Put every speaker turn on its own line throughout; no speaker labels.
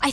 I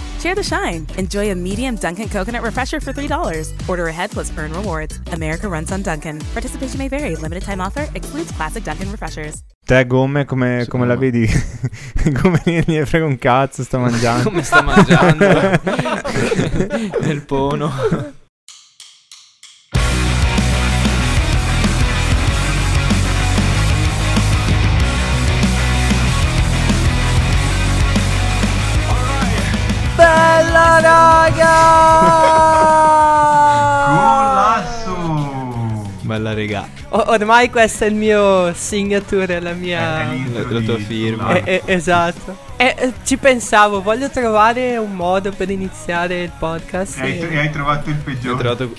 Share the shine. Enjoy a medium Dunkin' coconut refresher for $3. Order ahead plus earn rewards. America runs on Dunkin'. Participation may vary. Limited time offer excludes classic Dunkin' refreshers.
Te gomme come, come la vedi? come ne frega un cazzo, sta mangiando.
Come sta mangiando? Nel pono.
Bella raga!
Colasso!
Bella regà.
O- ormai questo è il mio signature, la
Eh,
È
mia...
La,
l'intro
la
di
tua firma.
Eh, eh, esatto. E eh, ci pensavo, voglio trovare un modo per iniziare il podcast.
E hai, e hai trovato il
Ho
peggiore.
trovato...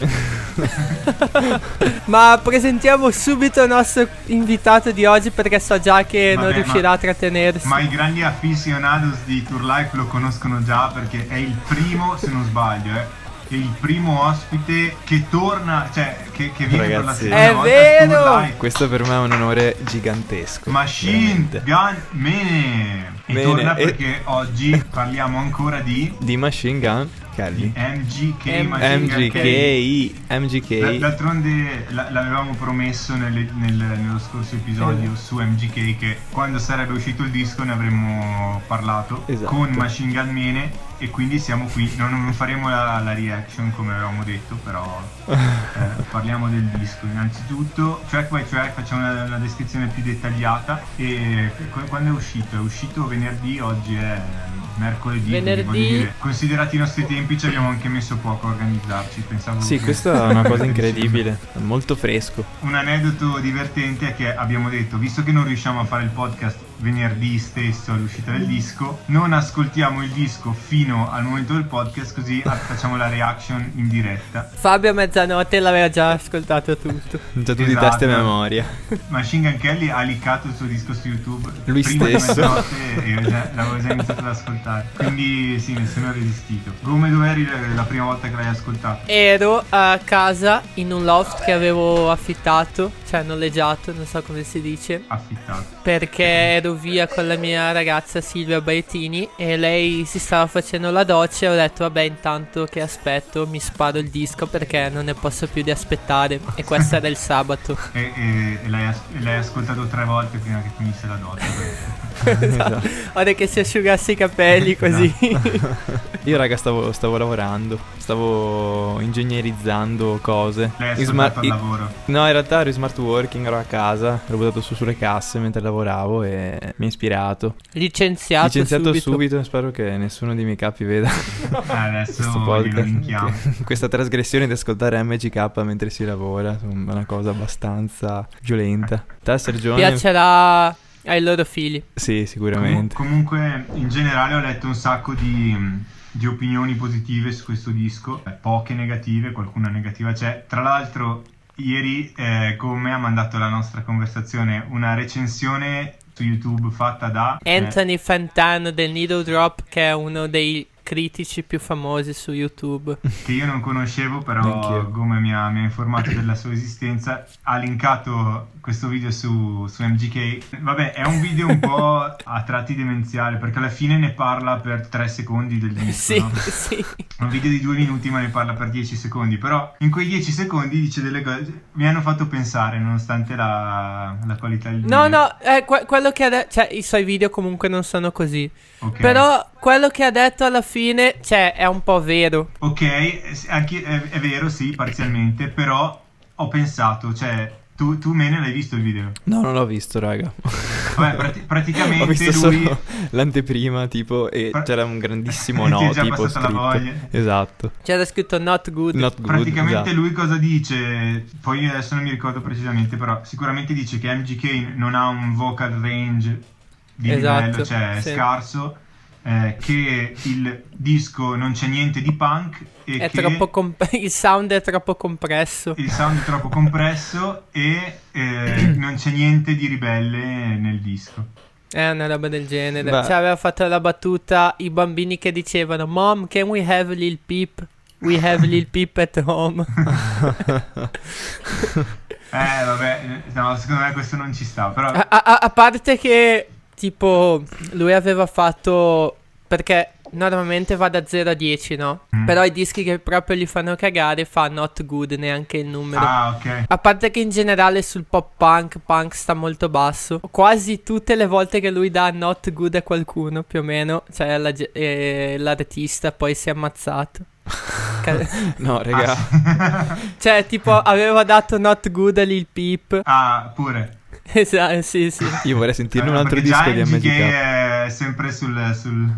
Ma presentiamo subito il nostro invitato di oggi perché so già che non
Vabbè, ma-
riuscirà a trattenersi.
Ma i grandi aficionados di Tour Life lo conoscono già perché è il primo, se non sbaglio, eh, è il primo ospite che torna, cioè che, che viene per la
Ragazzi.
seconda
È
volta
vero!
a Tour Life.
Questo per me è un onore gigantesco.
Machine
veramente.
Gun Mane e
Bene,
torna
e-
perché oggi parliamo ancora di
Di Machine Gun Kelly.
MGK
M-
Machine Gun Kelly. D-
MGK. MGK.
D'altronde la- l'avevamo promesso nelle- nel- nello scorso episodio su MGK che quando sarebbe uscito il disco ne avremmo parlato
Esatto.
con Machine Gun Mane e quindi siamo qui. Non, non faremo la, la reaction come avevamo detto, però eh, parliamo del disco. Innanzitutto, track by track, facciamo una, una descrizione più dettagliata. E qu- quando è uscito? È uscito venerdì, oggi è mercoledì. quindi
Venerdì.
voglio dire, considerati i nostri tempi, ci abbiamo anche messo poco a organizzarci. Pensavo
Sì,
che-
questa è una cosa incredibile. È molto fresco.
un aneddoto divertente è che abbiamo detto, visto che non riusciamo a fare il podcast venerdì stesso all'uscita del disco, non ascoltiamo il disco fino al momento del podcast, così a- facciamo la reaction in diretta.
Fabio a mezzanotte l'aveva già ascoltato tutto.
Già tu di
Esatto.
testa e memoria.
Machine Gun Kelly ha liccato il suo disco su YouTube
Lui
prima
stesso.
di mezzanotte e io già- l'avevo già iniziato ad ascoltare. Quindi sì, nessuno ha resistito. Come dove eri la- la prima volta che l'hai ascoltato?
Ero a casa in un loft che avevo affittato, cioè noleggiato, non so come si dice,
Affittato.
perché ero via con la mia ragazza Silvia Baettini e lei si stava facendo la doccia e ho detto vabbè intanto che aspetto mi sparo il disco perché non ne posso più di aspettare e questo era il sabato.
E, e- e l'hai, as- e l'hai ascoltato tre volte prima che finisse la doccia.
Ora che si asciugasse i capelli così.
Io raga stavo, stavo lavorando, stavo ingegnerizzando cose.
L'hai
In
ascoltato
smart-
al
i-
lavoro.
No, in realtà ero in smart working, ero a casa, l'ho buttato su sulle casse mentre lavoravo e mi ha ispirato.
Licenziato,
Licenziato subito.
subito.
spero che nessuno dei miei capi veda
Eh, Adesso
Questo
glielo
podcast.
linkiamo.
questa trasgressione di ascoltare MGK mentre si lavora, insomma, è una cosa abbastanza violenta. Te Sergione?
Piacerà ai loro figli.
Sì, sicuramente.
Com- comunque, in generale, ho letto un sacco di, di opinioni positive su questo disco, eh, poche negative, qualcuna negativa c'è. Tra l'altro, ieri eh, con me ha mandato la nostra conversazione una recensione su YouTube fatta da eh,
Anthony Fantano del Needle Drop, che è uno dei critici più famosi su YouTube.
che io non conoscevo, però
Neanch'io.
come mi ha, mi ha informato della sua esistenza, ha linkato questo video su, su MGK. Vabbè, è un video un po' a tratti demenziale, perché alla fine ne parla per tre secondi del disco.
sì,
no?
sì.
un video di due minuti ma ne parla per 10 secondi però in quei 10 secondi dice delle cose mi hanno fatto pensare nonostante la, la qualità del video
No, no, eh, que- quello che ha detto. Cioè, i suoi video comunque non sono così.
Ok.
Però quello che ha detto alla fine, cioè, è un po' vero.
ok eh, sì, anche- è, è vero sì parzialmente però ho pensato cioè tu, tu Mene l'hai visto il video
No, non l'ho visto, raga.
vabbè prati- praticamente
Ho visto
lui
solo l'anteprima, tipo, e
Pra-
c'era un grandissimo
Ti è
no,
già
tipo
passata la
scritto.
voglia.
Esatto.
C'era Cioè, scritto not good.
Not good.
Praticamente
esatto.
lui cosa dice? Poi adesso non mi ricordo precisamente, però sicuramente dice che MGK non ha un vocal range di
Esatto,
livello, cioè è
sì.
scarso, eh, che il disco non c'è niente di punk e
È
che
troppo comp- il sound è troppo compresso.
il sound è troppo compresso e eh, non c'è niente di ribelle nel disco.
È una roba del genere.
Beh.
Cioè, aveva fatto la battuta i bambini che dicevano: Mom, can we have Lil Peep? We have Lil Peep at home.
Eh vabbè, eh, no, secondo me questo non ci sta, però
A, a- a parte che, tipo, lui aveva fatto. Perché normalmente va da 0 a 10, no?
Mm.
Però i dischi che proprio li fanno cagare fa not good neanche il numero.
Ah, ok.
A parte che in generale sul pop punk, punk sta molto basso. Quasi tutte le volte che lui dà not good a qualcuno, più o meno, cioè alla ge- eh, l'artista poi si è ammazzato. Ca-
No, raga.
cioè, tipo, aveva dato not good a Lil Peep.
Ah, pure.
Esatto, sì, sì.
Io vorrei sentirne un
Eh,
altro
perché
disco
già
di
MGK
MGK.
è sempre sul, sul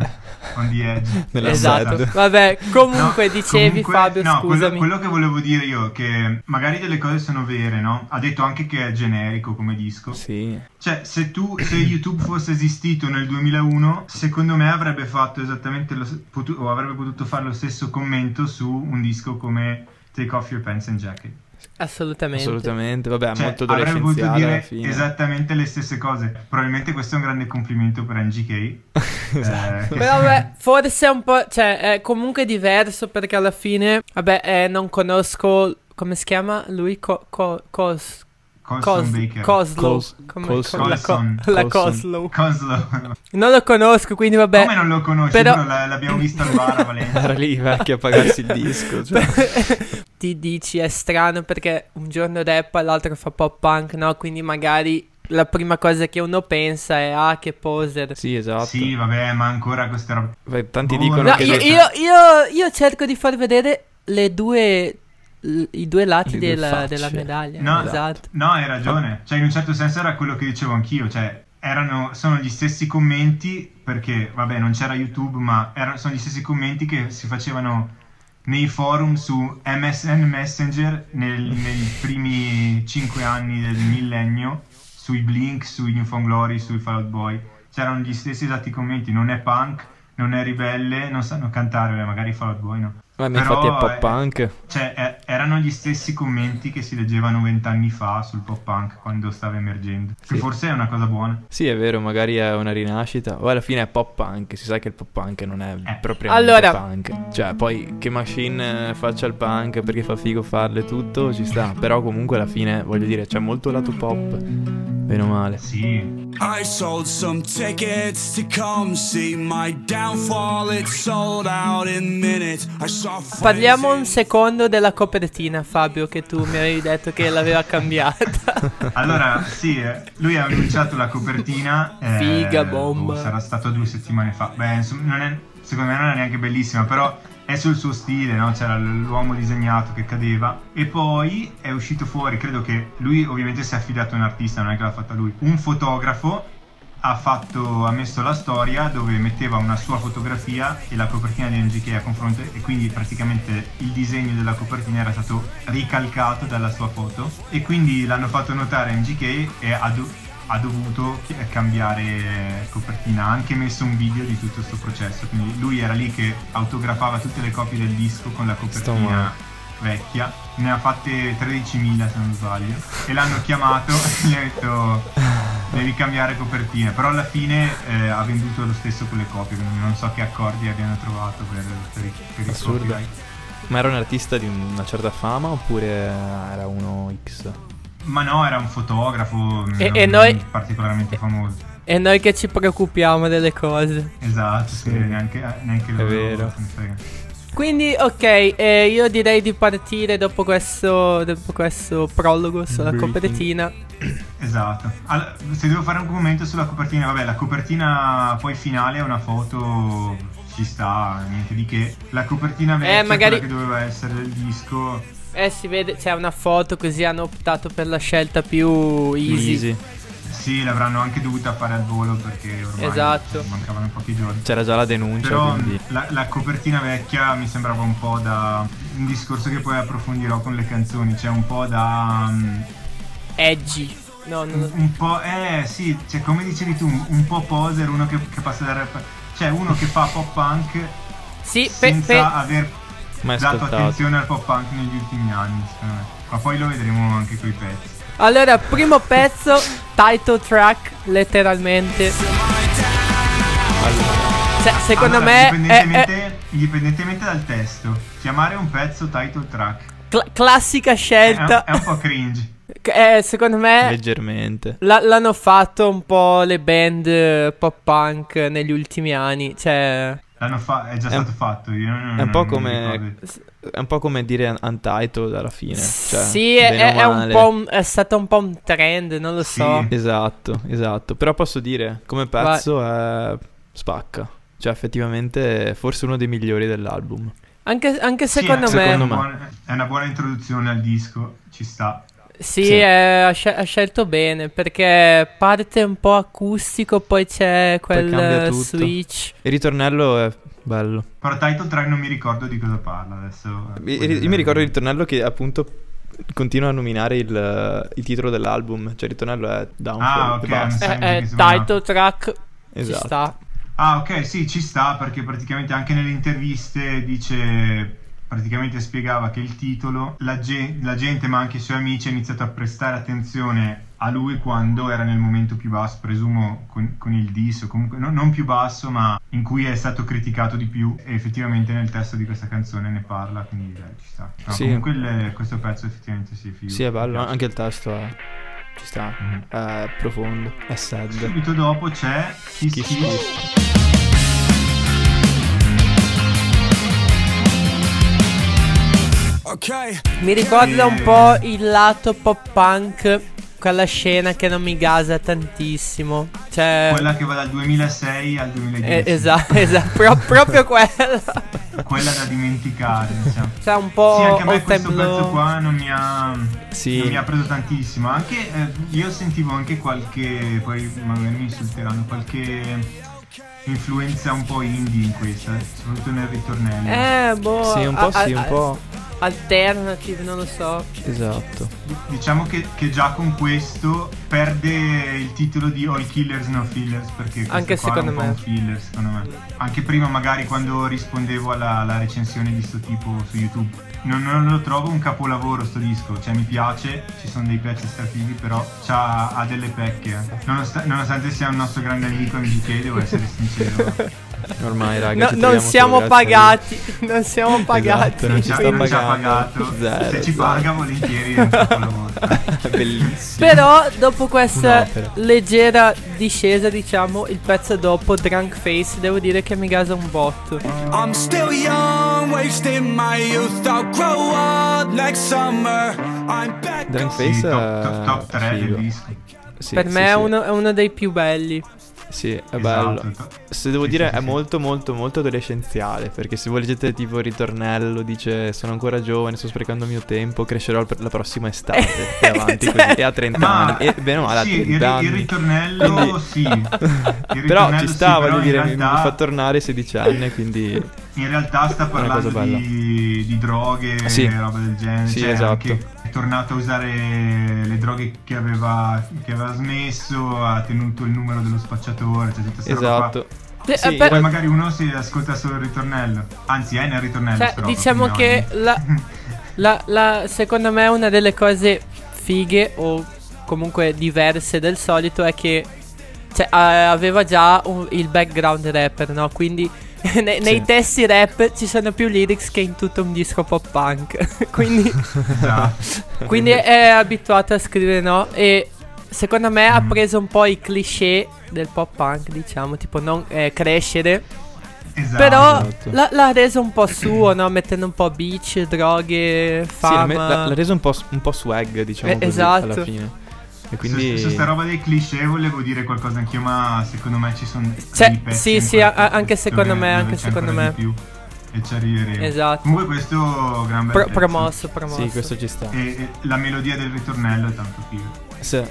on the edge.
Nella
Esatto.
sad.
Vabbè, comunque
No,
dicevi
comunque-
Fabio,
no, quello-
scusami.
Quello, che volevo dire io, che magari delle cose sono vere, no? Ha detto anche che è generico come disco.
Sì.
Cioè, se tu, se YouTube fosse esistito nel 2001, secondo me avrebbe fatto esattamente lo s- potu- o avrebbe potuto fare lo stesso commento su un disco come Take Off Your Pants and Jacket.
Assolutamente.
Assolutamente. Vabbè,
Cioè,
molto
avrebbe potuto
adolescenziale
dire
alla fine.
esattamente le stesse cose. Probabilmente questo è un grande complimento per NGK. eh,
Esatto.
che-
Però vabbè, forse è un po', cioè, è comunque diverso perché alla fine, vabbè, eh, non conosco, come si chiama lui? Co- co- cos-
Colson
cos-
Baker.
Coslow.
Cos-
Come-
Colson.
co- la,
Colson.
co- la
Colson.
Coslow.
Coslo.
Non lo conosco, quindi vabbè.
Come non lo conosci?
però-
Però... L'abbiamo visto al bar a Valencia.
Era lì i vecchi a pagarsi il disco. Cioè.
ti dici è strano perché un giorno rappa e l'altro fa pop punk, no? Quindi magari la prima cosa che uno pensa è ah che poser.
sì, esatto.
Sì, vabbè, ma ancora queste robe.
Beh, Tanti
Oh,
dicono
no,
No,
che
io,
le-
io- io- io cerco di far vedere le due l- i due lati
Le due
della,
facce.
della medaglia.
No,
esatto.
No, hai ragione. Cioè, in un certo senso era quello che dicevo anch'io. Cioè, erano, sono gli stessi commenti, perché, vabbè, non c'era YouTube, ma erano, sono gli stessi commenti che si facevano nei forum su MSN Messenger nel- nei primi 5 anni del millennio, sui Blink, sui New Found Glory, sui Fall Out Boy. C'erano gli stessi esatti commenti. Non è punk, non è ribelle, non sanno cantare, beh, magari Fall Out Boy no.
Ma infatti
però,
è pop
eh,
punk.
Cioè, eh, erano gli stessi commenti che si leggevano vent'anni fa sul pop punk quando stava emergendo. Che
Sì.
forse è una cosa buona.
Sì, è vero, magari è una rinascita. O alla fine è pop punk. Si sa che il pop punk non è
Eh.
propriamente
Allora-
punk. Cioè, poi che Machine eh, faccia il punk perché fa figo farle e tutto, ci sta. Però comunque alla fine, voglio dire, c'è molto lato pop. Bene o male.
Sì,
I sold some tickets to come see my downfall. It sold out in minutes. I saw friends
Parliamo
in-
un secondo della copertina, Fabio, che tu mi avevi detto che l'aveva cambiata.
allora sì, eh, lui ha annunciato la copertina. eh,
Figa, bomba.
boh, sarà stato due settimane fa. Beh, insomma, non è- secondo me non è neanche bellissima, però è sul suo stile, no? C'era l- l'uomo disegnato che cadeva. E poi è uscito fuori, credo che lui ovviamente si è affidato a un artista, non è che l'ha fatta lui. Un fotografo ha, fatto, ha messo la storia dove metteva una sua fotografia e la copertina di MGK a confronto e quindi praticamente il disegno della copertina era stato ricalcato dalla sua foto e quindi l'hanno fatto notare a MGK e ha, do- ha dovuto chi- cambiare eh, copertina, ha anche messo un video di tutto questo processo, quindi lui era lì che autografava tutte le copie del disco con la
Sto male.
copertina vecchia, ne ha fatte 13.000 se non sbaglio e l'hanno chiamato e gli ha detto Devi cambiare copertina, però alla fine eh, ha venduto lo stesso quelle copie, quindi non so che accordi abbiano trovato per, per, i- per i
Assurdo.
copyright.
Ma era un artista di una certa fama oppure era uno X?
Ma no, era un fotografo
E-
non-
e noi-
non particolarmente famoso.
e noi che ci preoccupiamo delle cose.
Esatto, sì, neanche, neanche loro.
vero.
se ne frega.
Quindi, ok, eh, io direi di partire dopo questo, dopo questo prologo sulla
Briefing.
copertina.
Esatto. Allora, se devo fare un commento sulla copertina, vabbè, la copertina poi finale è una foto, ci sta, niente di che. La copertina vecchia,
Eh, magari-
quella che doveva essere il disco,
Eh, si vede, c'è una foto così hanno optato per la scelta più easy.
Easy.
sì, l'avranno anche dovuta fare al volo perché ormai
Esatto.
mancavano pochi giorni.
C'era già la denuncia,
Però
quindi...
la, la copertina vecchia mi sembrava un po' da un discorso che poi approfondirò con le canzoni, cioè un po' da mm,
Edgy. No, no, no.
un po' eh sì, cioè come dicevi tu, un, un po' poser, uno che, che passa dal rap c'è uno che fa pop punk
Sì, pe-
senza
pe-
aver
Mai
dato
ascoltato.
attenzione al pop punk negli ultimi anni, secondo me. Ma poi lo vedremo anche coi pezzi.
allora, primo pezzo, title track, letteralmente. Cioè, secondo
Allora,
me è, è
indipendentemente, indipendentemente dal testo, chiamare un pezzo title track
cla- classica
è, un-
scelta.
è un po' cringe.
Eh, secondo me
Leggermente.
la- l'hanno fatto un po' le band eh, pop punk negli ultimi anni. Cioè,
Eh,
L'hanno fa- è già stato fatto. Io non,
È un
non-
po'
non
come.
ricordo.
È un po' come dire un- untitled alla fine. Cioè,
sì, è,
bene o
è un
male.
po' un- è stato un po' un trend, non lo
Sì.
so.
Esatto, esatto. Però posso dire, come pezzo è spacca. Cioè, effettivamente, è forse uno dei migliori dell'album.
Anche, anche
Sì,
secondo,
è-
me,
secondo
è una buona- è una buona introduzione al disco, ci sta.
Sì,
Sì.
è- ha, scel- ha scelto bene perché parte un po' acustico, poi c'è quel
cambia
eh,
tutto.
switch.
Il ritornello è bello.
Però Title Track non mi ricordo di cosa parla adesso. eh,
Io, io mi ricordo il ritornello che, appunto, continua a nominare il, il titolo dell'album. Cioè, il ritornello è Downfall.
Ah, ok,
e
mi
basta.
Eh,
Senti
eh,
che sembra-
title track ci
Esatto.
sta.
Ah, ok, sì, ci sta perché praticamente anche nelle interviste dice. Praticamente spiegava che il titolo, la, ge- la gente, ma anche i suoi amici, ha iniziato a prestare attenzione a lui quando era nel momento più basso, presumo con, con il dis, o comunque no- non più basso, ma in cui è stato criticato di più. E effettivamente nel testo di questa canzone ne parla, quindi eh, ci sta. No,
Sì.
Comunque il- questo pezzo effettivamente sì, è figo.
Sì, è bello. eh.
Mi piace.
Anche il testo è. Ci sta.
Mhm.
È profondo. È sad.
Subito dopo c'è Kiss
Kiss
Kiss.
Kiss.
Okay.
Mi ricorda un po' il lato pop punk, quella scena che non mi gasa tantissimo. Cioè,
Quella che va dal 2006 al 2010.
Eh,
esatto, proprio quella.
Quella da dimenticare, diciamo.
Cioè, un po'
Sì, anche a me
old
questo
time
pezzo
low.
qua non mi ha,
Sì.
non mi ha preso tantissimo. Anche eh, io sentivo anche qualche. Poi magari mi insulteranno, qualche influenza un po' indie in questa, eh, soprattutto nel ritornello.
Eh, boh.
Sì, un po'
a-
sì,
a-
un po'.
Alternative, non lo so.
Esatto.
Diciamo che, che già con questo perde il titolo di All Killers No Fillers perché questo
Anche
qua era
secondo
un
me.
po' un filler, secondo me. Anche prima magari quando rispondevo alla, alla recensione di sto tipo su YouTube non, non lo trovo un capolavoro sto disco, cioè mi piace, ci sono dei pezzi strafighi però c'ha, ha delle pecche. eh. Nonost- nonostante sia un nostro grande amico amici devo essere sincero.
Ormai, raga.
No,
ci
non
troviamo
siamo
solo grazie a lui.
pagati. Non siamo pagati.
Esatto, non ci
Cioè,
sta
non ci ha
pagando.
pagato.
Zero,
Se ci
zero.
paga volentieri è un capolavoro.
Bellissimo.
Però dopo questa
Un'opera.
leggera discesa, diciamo, il pezzo dopo, Drunk Face, devo dire che mi gasa un botto.
I'm still young, wasting my youth. I'll grow up next summer. I'm back.
Drunk
on-
Face
Sì,
è
top, top, top 3
figo.
del disco.
Sì,
per
sì,
me è,
sì.
uno, è uno dei più belli.
Sì, è
Esatto,
bello.
top-
Se devo
Sì,
dire,
sì,
è
sì, sì.
molto, molto, molto adolescenziale. Perché se voi leggete tipo il ritornello, dice: Sono ancora giovane, sto sprecando il mio tempo, crescerò per la prossima estate. e avanti così.
Cioè,
E a 30
Ma
anni. E eh, bene o male,
sì,
a
il,
30 anni.
il ritornello
Quindi-
sì. Il
Però
ritornello
ci sta,
sì, però
voglio
in
dire, mi- mi fa
realtà,
tornare 16 anni, quindi
in realtà sta
cosa
parlando
bella.
di, di droghe
Sì.
e roba del genere.
Sì,
cioè,
esatto.
anche è tornato a usare le droghe che aveva, che aveva smesso, ha tenuto il numero dello spacciatore, cioè tutta sta roba qua.
esatto.
Cioè,
Sì,
eh, per-
Poi magari uno si ascolta solo il ritornello. Anzi, è nel ritornello.
cioè,
sta roba,
diciamo
quindi
che
no.
la, la- la- secondo me una delle cose fighe o comunque diverse del solito è che cioè, a- aveva già un- il background rapper, no? Quindi ne- nei
Sì.
testi rap ci sono più lyrics che in tutto un disco pop punk. Quindi
Esatto.
Quindi è abituata a scrivere, no? E secondo me ha preso un po' i cliché del pop punk, diciamo, tipo non eh, crescere.
Esatto.
Però
esatto.
l'ha, l'ha reso un po' suo, no? Mettendo un po' beach, droghe,
Sì, l'ha, me-
fama.
l'ha- l'ha reso un po', s- un po' swag, diciamo
Eh,
così,
esatto.
alla fine. E quindi...
Su, su sta roba dei cliché volevo dire qualcosa anch'io, ma secondo me ci sono
Cioè,
dei pezzi
sì,
in
sì,
quella
a- anche
canzone
secondo me,
dove
anche
c'è
secondo
ancora
me.
di più. E ci arriveremo.
Esatto.
Comunque questo gran bel
Pro-
pezzo.
promosso, promosso.
Sì, questo ci sta.
E, e la melodia del ritornello è tanto figo.
Sì.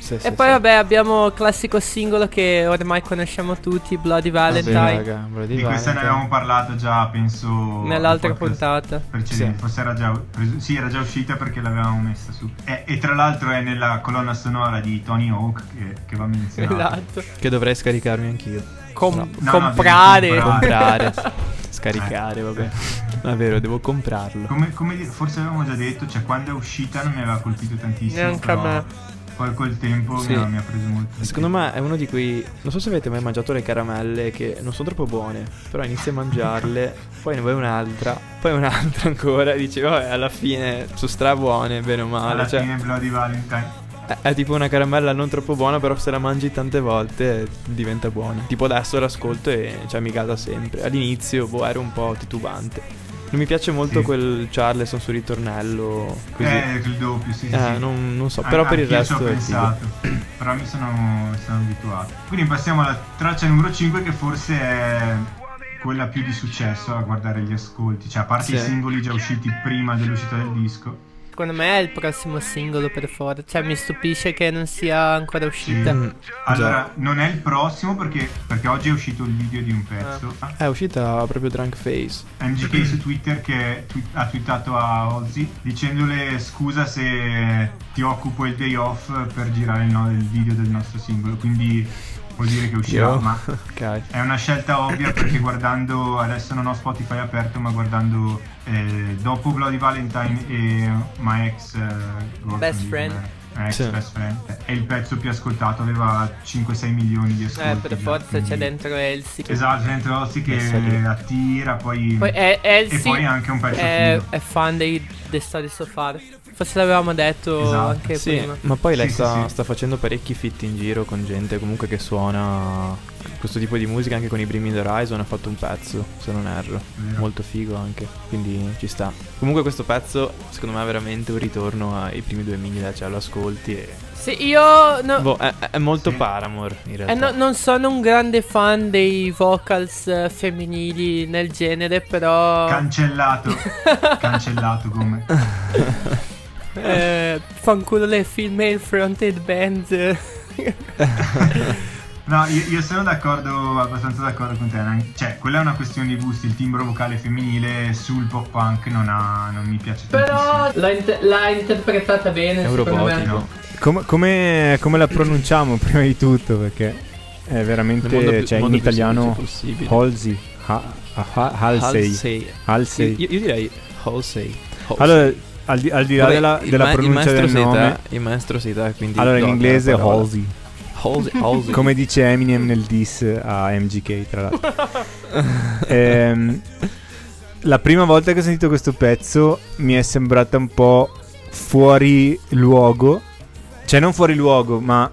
Sì, sì,
E poi
sì.
vabbè abbiamo il classico singolo che ormai conosciamo tutti, Bloody
Vabbè,
Valentine,
raga, volevo
Di
dire,
questa ne
Valentine.
avevamo parlato già, penso...
nell'altra
nel podcast
puntata.
precedente.
Sì.
Forse era già, presu- sì, era già uscita perché l'avevamo messa su. E, e tra l'altro è nella colonna sonora di Tony Hawk che, che va menzionata.
Esatto.
Che dovrei scaricarmi anch'io.
com-
No.
no,
comprare.
devi comprare.
Comprare,
Eh,
scaricare, vabbè. Ma è vero, devo comprarlo.
Come, come dire- forse avevamo già detto, cioè quando è uscita non mi aveva colpito tantissimo.
Neanche
però
a me.
Poi col tempo
Sì.
mi, ha, mi ha preso molto.
Secondo me è uno di quei. Non so se avete mai mangiato le caramelle che non sono troppo buone. Però inizi a mangiarle, poi ne vuoi un'altra, poi un'altra ancora. E dici, vabbè, alla fine sono strabuone, bene o male.
alla
cioè,
fine Bloody Valentine.
È, è tipo una caramella non troppo buona, però se la mangi tante volte eh, diventa buona. Tipo adesso l'ascolto e cioè, mi casa sempre. All'inizio, boh, ero un po' titubante. Non mi piace molto
Sì.
quel Charleston sul ritornello. Così.
Mm. Eh, il doppio, sì, sì,
Eh,
sì.
non, non so,
An-
però per il
anch'io ci
resto
ho
è figo.
pensato, però mi sono, mi sono abituato. Quindi passiamo alla traccia numero 5 che forse è quella più di successo a guardare gli ascolti, cioè a parte
Sì.
i singoli già usciti prima dell'uscita del disco.
Secondo me è il prossimo singolo per forza. Cioè, mi stupisce che non sia ancora uscita.
Mm,
Allora,
già.
non è il prossimo perché, perché oggi è uscito il video di un pezzo. Ah,
È uscita proprio Drunk Face.
MGK su Twitter che twi- ha twittato a Ozzy dicendole scusa se ti occupo il day off per girare il, no- il video del nostro singolo, quindi vuol dire che uscirà,
Io-
ma
Ok.
è una scelta ovvia perché guardando, adesso non ho Spotify aperto, ma guardando eh, dopo Bloody Valentine e My Ex eh, Girlfriend,
Best Friend.
My Ex
Sì.
Best Friend, è il pezzo più ascoltato, aveva 5-6 milioni di ascolti.
Eh, per
già,
forza
quindi-
c'è dentro Elsie.
Esatto, c'è dentro Ozzy
Messa lì.
che attira, poi...
Poi è,
E poi anche un pezzo
è,
figo.
è fan dei The Story So Far. Forse l'avevamo detto
Esatto.
anche
Sì,
prima.
ma poi lei
Sì, sì,
sta,
sì.
sta facendo parecchi fit in giro con gente comunque che suona questo tipo di musica anche con i Bring Me The Horizon ha fatto un pezzo, se non erro.
Vero.
Molto figo anche, quindi ci sta. Comunque questo pezzo secondo me è veramente un ritorno ai primi 2000, cioè lo ascolti e...
Sì, io no-
Boh, è, è molto
Sì.
Paramore in realtà.
eh, no- non sono un grande fan dei vocals eh, femminili nel genere, però
Cancellato. Cancellato come.
eh, fanculo le female fronted band. eh.
No, io, io sono d'accordo, abbastanza d'accordo con te. Nan- Cioè, quella è una questione di gusti. Il timbro vocale femminile sul pop punk non, ha, non mi piace
Però
tantissimo.
l'ha, inter- l'ha interpretata bene,
È un
secondo me.
robotico.
No.
Come, come- come la pronunciamo prima di tutto? Perché è veramente.
Nel modo più-
cioè, in
modo più semplice
italiano.
possibile.
Halsey. Ha- ha- Halsey.
Halsey.
Halsey.
Io, io direi Halsey. Halsey.
Allora, al di, al di là
Vabbè,
della,
il
della
ma- il
pronuncia
maestro
del
si dà-
nome,
il maestro si dà, quindi...
allora in
donna,
inglese
parola.
Halsey.
Halsey. Halsey.
Come dice Eminem nel diss a MGK, tra l'altro. Ehm, la prima volta che ho sentito questo pezzo mi è sembrata un po' fuori luogo. Cioè, non fuori luogo, ma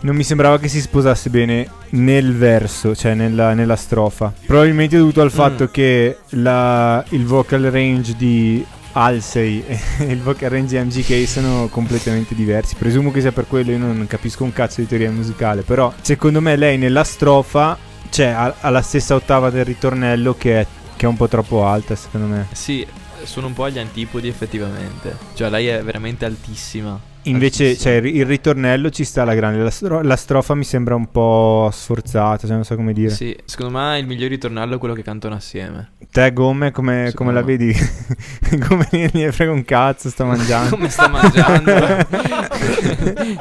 non mi sembrava che si sposasse bene nel verso, cioè nella, nella strofa. Probabilmente dovuto al fatto che la- il vocal range di Halsey e il vocal range di MGK sono completamente diversi. Presumo che sia per quello, io non capisco un cazzo di teoria musicale. Però, secondo me, lei nella strofa, cioè, ha, ha la stessa ottava del ritornello che è, che è un po' troppo alta, secondo me.
Sì, sono un po' agli antipodi effettivamente. Cioè lei è veramente altissima.
Invece,
Altissima.
cioè, il il ritornello ci sta alla grande. La, stro- la strofa mi sembra un po' sforzata, cioè, non so come dire.
Sì, secondo me il miglior ritornello è quello che cantano assieme.
Te, gomme, come, come
Secondo
la
me.
vedi? come ne frega un cazzo, sta mangiando.
Come sta mangiando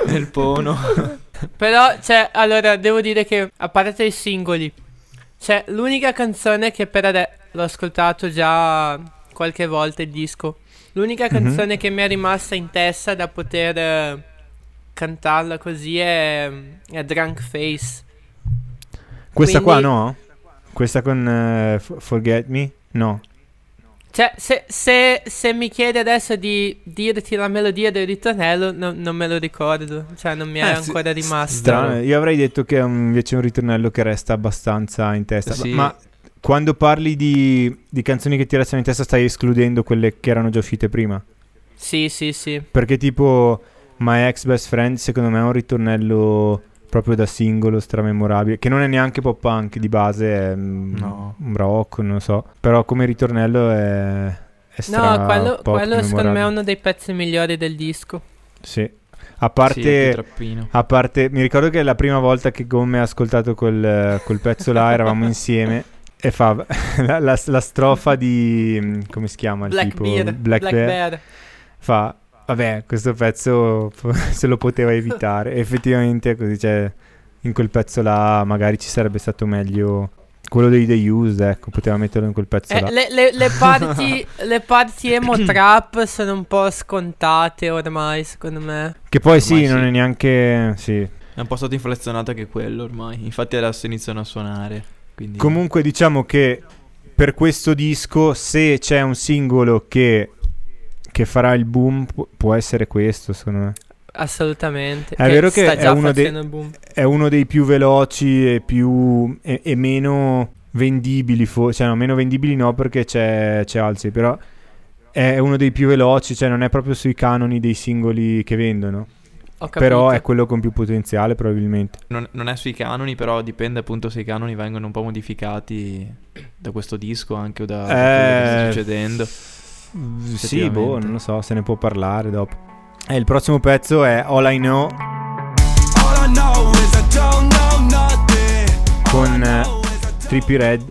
nel pono.
Però, cioè, allora, devo dire che a parte i singoli, cioè, l'unica canzone che per adesso l'ho ascoltato già qualche volta il disco. L'unica canzone che mi è rimasta in testa da poter eh, cantarla così è, è Drunk Face.
Questa qua
Quindi-
no? Questa con eh, F- Forget Me? No.
Cioè, se, se- se mi chiede adesso di dirti la melodia del ritornello, no- non me lo ricordo. Cioè, non mi è
Eh, sì,
ancora rimasta.
Strano, io avrei detto che è un- invece un ritornello che resta abbastanza in testa.
Sì.
Ma quando parli di, di canzoni che ti restano in testa, stai escludendo quelle che erano già uscite prima.
Sì, sì, sì.
Perché, tipo, My Ex Best Friend, secondo me, è un ritornello proprio da singolo stramemorabile. Che non è neanche pop punk di base, è mm,
No.
un rock, non so. Però, come ritornello, è. è stra
No, quello,
pop,
quello secondo me è
memorabile.
uno dei pezzi migliori del disco.
Sì. A
Sì, è
parte.
più trappino.
A parte, mi ricordo che la prima volta che Gomme ha ascoltato quel, eh, quel pezzo là eravamo insieme e fa la, la- la strofa di... mm, come si chiama? il
Black
tipo?
Bear,
Black
Black
Bear.
Bear.
Fa, vabbè, questo pezzo po- se lo poteva evitare. Effettivamente è così, cioè... in quel pezzo là magari ci sarebbe stato meglio quello dei The Used, ecco, poteva metterlo in quel pezzo là.
Eh, le, le- le parti, le parti emo trap sono un po' scontate ormai, secondo me.
Che poi sì,
ormai
non
sì.
è neanche... Sì.
È un po' stato inflazionato anche quello ormai. Infatti adesso iniziano a suonare. Quindi...
Comunque diciamo che per questo disco, se c'è un singolo che, che farà il boom, pu- può essere questo, secondo me.
Assolutamente.
È vero che
sta
è
già
uno dei-
facendo il boom.
È uno dei più veloci e, più, e, e meno vendibili, fo- cioè no, meno vendibili no perché c'è, c'è Halsey, però è uno dei più veloci, cioè non è proprio sui canoni dei singoli che vendono,
Ho capito.
però è quello con più potenziale probabilmente.
Non, non è sui canoni, però dipende appunto se i canoni vengono un po' modificati da questo disco anche o da, da quello che sta
Eh,
succedendo.
Sì, boh, non lo so, se ne può parlare dopo. E il prossimo pezzo è All I Know
All I know is I don't know nothing. All I
con eh,
know is I don't
Trippy Red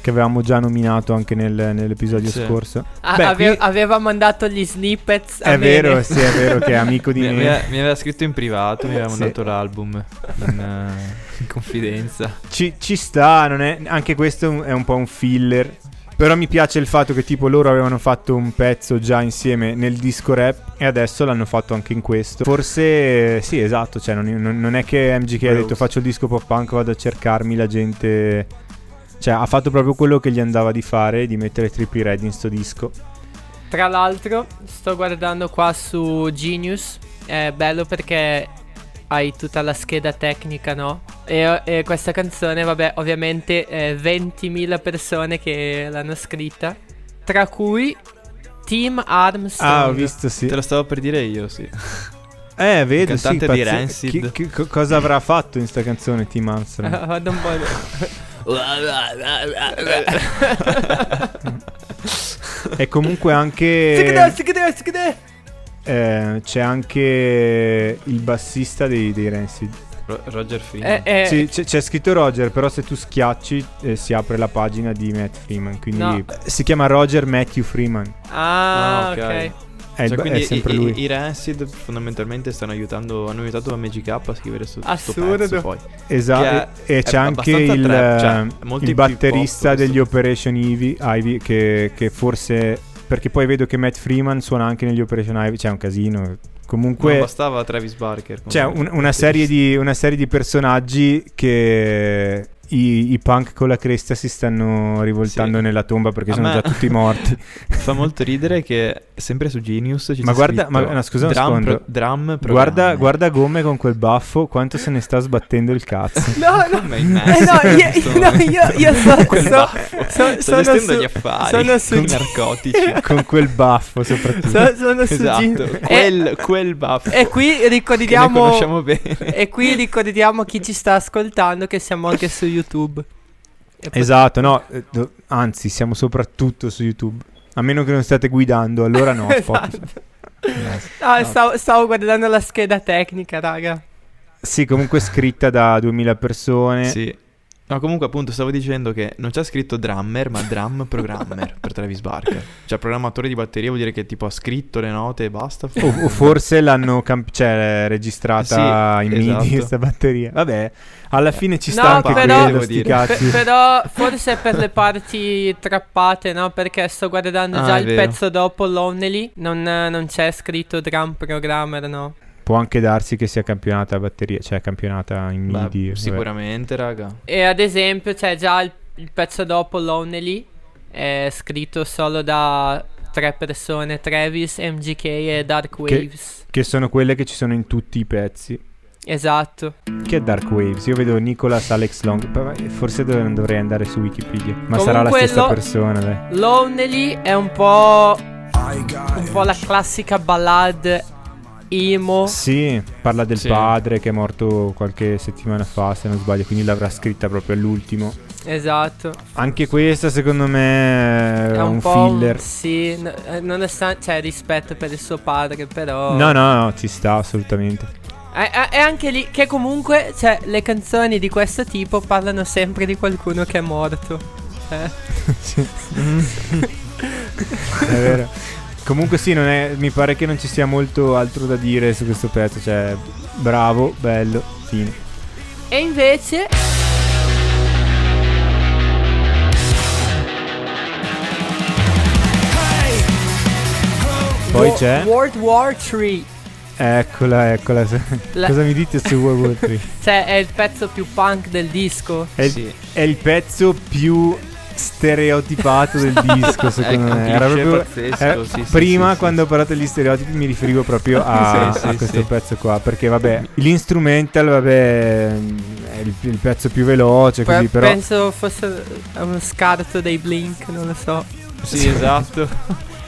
che avevamo già nominato anche nel- nell'episodio
Sì.
scorso.
Ah,
ecco, Beh,
ave-
qui-
aveva mandato gli snippets. a
È
Ah, Bene.
vero, sì, è vero che è amico di
Mi, mi
me.
aveva- mi aveva scritto in privato, mi aveva
Sì.
mandato l'album in, eh, in confidenza.
Ci, ci sta, non è- anche questo è un- è un po' un filler. Però mi piace il fatto che tipo loro avevano fatto un pezzo già insieme nel disco rap e adesso l'hanno fatto anche in questo. Forse eh, sì, esatto, cioè non, non- non è che MGK ha
Bravo.
detto faccio il disco pop punk, vado a cercarmi la gente... Cioè ha fatto proprio quello che gli andava di fare, di mettere Trippy Red in sto disco.
Tra l'altro, sto guardando qua su Genius. È bello perché hai tutta la scheda tecnica, no? E, e questa canzone, vabbè, ovviamente eh, 20.000 persone che l'hanno scritta. Tra cui Team Armstrong.
Ah, ho visto, sì.
Te lo stavo per dire io, sì.
Eh, vedo, sì,
cantante di
pazzi-
Rancid.
chi- chi- co- cosa avrà fatto in sta canzone Tim Armstrong?
Vado un po'.
e comunque anche
Sigde, sigde, sigde.
eh, c'è anche il bassista dei, dei Rancid.
Ro- Roger Finn.
Eh, eh,
Sì, c'è, c'è scritto Roger, però se tu schiacci eh, si apre la pagina di Matt Freeman, quindi
No.
si chiama Roger Matthew Freeman.
Ah,
Ah,
ok.
ok.
È, il
Cioè,
ba- è
quindi
sempre
i,
lui.
i, i Rancid fondamentalmente stanno aiutando, hanno aiutato MGK a scrivere su questo
Assurdo.
pezzo poi.
esatto.
che è-
E c'è
è
anche
abbastanza
il,
trap, cioè, è
eh,
molto
il
più
batterista
pop questo.
degli Operation Ivy, Ivy che, che forse... Perché poi vedo che Matt Freeman suona anche negli Operation Ivy, c'è un casino. Comunque...
Non bastava Travis Barker. come
C'è Cioè, un- una,
batterista.
serie di, una serie di personaggi che i, i punk con la cresta si stanno rivoltando
Sì.
nella tomba perché
A
sono
me-
già tutti morti.
Fa molto ridere che sempre su Genius ci
Ma
sia
guarda-
scritto
ma- no, scusa un
drum,
secondo.
pro- drum
guarda,
programme".
guarda Gomme con quel baffo, quanto se ne sta sbattendo il cazzo.
No, no.
Come il Max
Eh, no,
in
io,
questo
no,
momento.
io, io so,
Quel
so-
baffo.
so-
Sta
sono
gestendo
su-
gli affari
sono su-
con i narcotici.
con quel baffo soprattutto.
so- sono su Eh,
esatto,
Genius.
quel, quel baffo.
E, e qui
che noi
ricordiamo
conosciamo bene.
E qui ricordiamo a chi ci sta ascoltando che siamo anche su YouTube. E pot-
Esatto, no, eh, do- anzi siamo soprattutto su YouTube. A meno che non state guidando, allora no.
Esatto.
Spotify.
Ah, Stavo, stavo guardando la scheda tecnica, raga.
Sì, comunque scritta da 2000
Eh.
persone.
Sì. No, comunque appunto stavo dicendo che non c'è scritto drummer, ma drum programmer per Travis Barker. Cioè programmatore di batteria vuol dire che tipo ha scritto le note e basta.
O, o forse l'hanno camp- cioè, registrata
Sì,
in midi
esatto.
questa batteria. Vabbè, alla fine ci sta
No,
anche
però-
quello,
Devo
sti
dire.
cazzi.
Pe- però forse per le parti trappate, no? Perché sto guardando
Ah,
già
è
il
vero.
pezzo dopo Lonely. Non, non c'è scritto drum programmer, no?
Può anche darsi che sia campionata la batteria, cioè campionata in
Beh,
midi. vabbè.
sicuramente, raga.
E ad esempio c'è già il, il pezzo dopo Lonely. È scritto solo da tre persone: Travis, MGK e Dark Waves.
Che sono quelle che ci sono in tutti i pezzi.
Esatto.
Che è Dark Waves? Io vedo Nicolas Alex Long. però Forse dov- non dovrei andare su Wikipedia. Ma sarà la
Comunque
stessa
lo-
persona, dai.
Lonely è un po',
I got
un po' la classica ballad emo.
Sì, parla del
Sì.
padre che è morto qualche settimana fa, se non sbaglio, quindi l'avrà scritta proprio all'ultimo.
Esatto.
Anche questa, secondo me, è,
È
Eh, un,
po' un-
filler.
sì, n- eh, nonostante cioè, rispetto per il suo padre, però.
No, no, no, ci sta assolutamente.
È, è- è anche lì che comunque cioè, le canzoni di questo tipo parlano sempre di qualcuno che è morto. Cioè,
Sì. è vero. Comunque sì, non è- mi pare che non ci sia molto altro da dire su questo pezzo, cioè bravo, bello, fine.
E invece
Poi
Wo-
c'è.
World War 3.
Eccola, eccola.
La-
Cosa mi dite su World War 3?
Cioè, è il pezzo più punk del disco.
È, il-
Sì.
è il pezzo più stereotipato del disco, secondo
un
me.
cliché
Era proprio.
pazzesco,
era-
Ecco, sì, sì,
prima,
sì, sì.
quando ho parlato degli stereotipi, mi riferivo proprio a,
Sì, sì,
a questo
sì.
pezzo qua. Perché, vabbè, l'instrumental, vabbè, è il, il pezzo più veloce,
Poi
così, però.
Penso fosse eh, uno scarto dei Blink, non lo so.
Sì, esatto.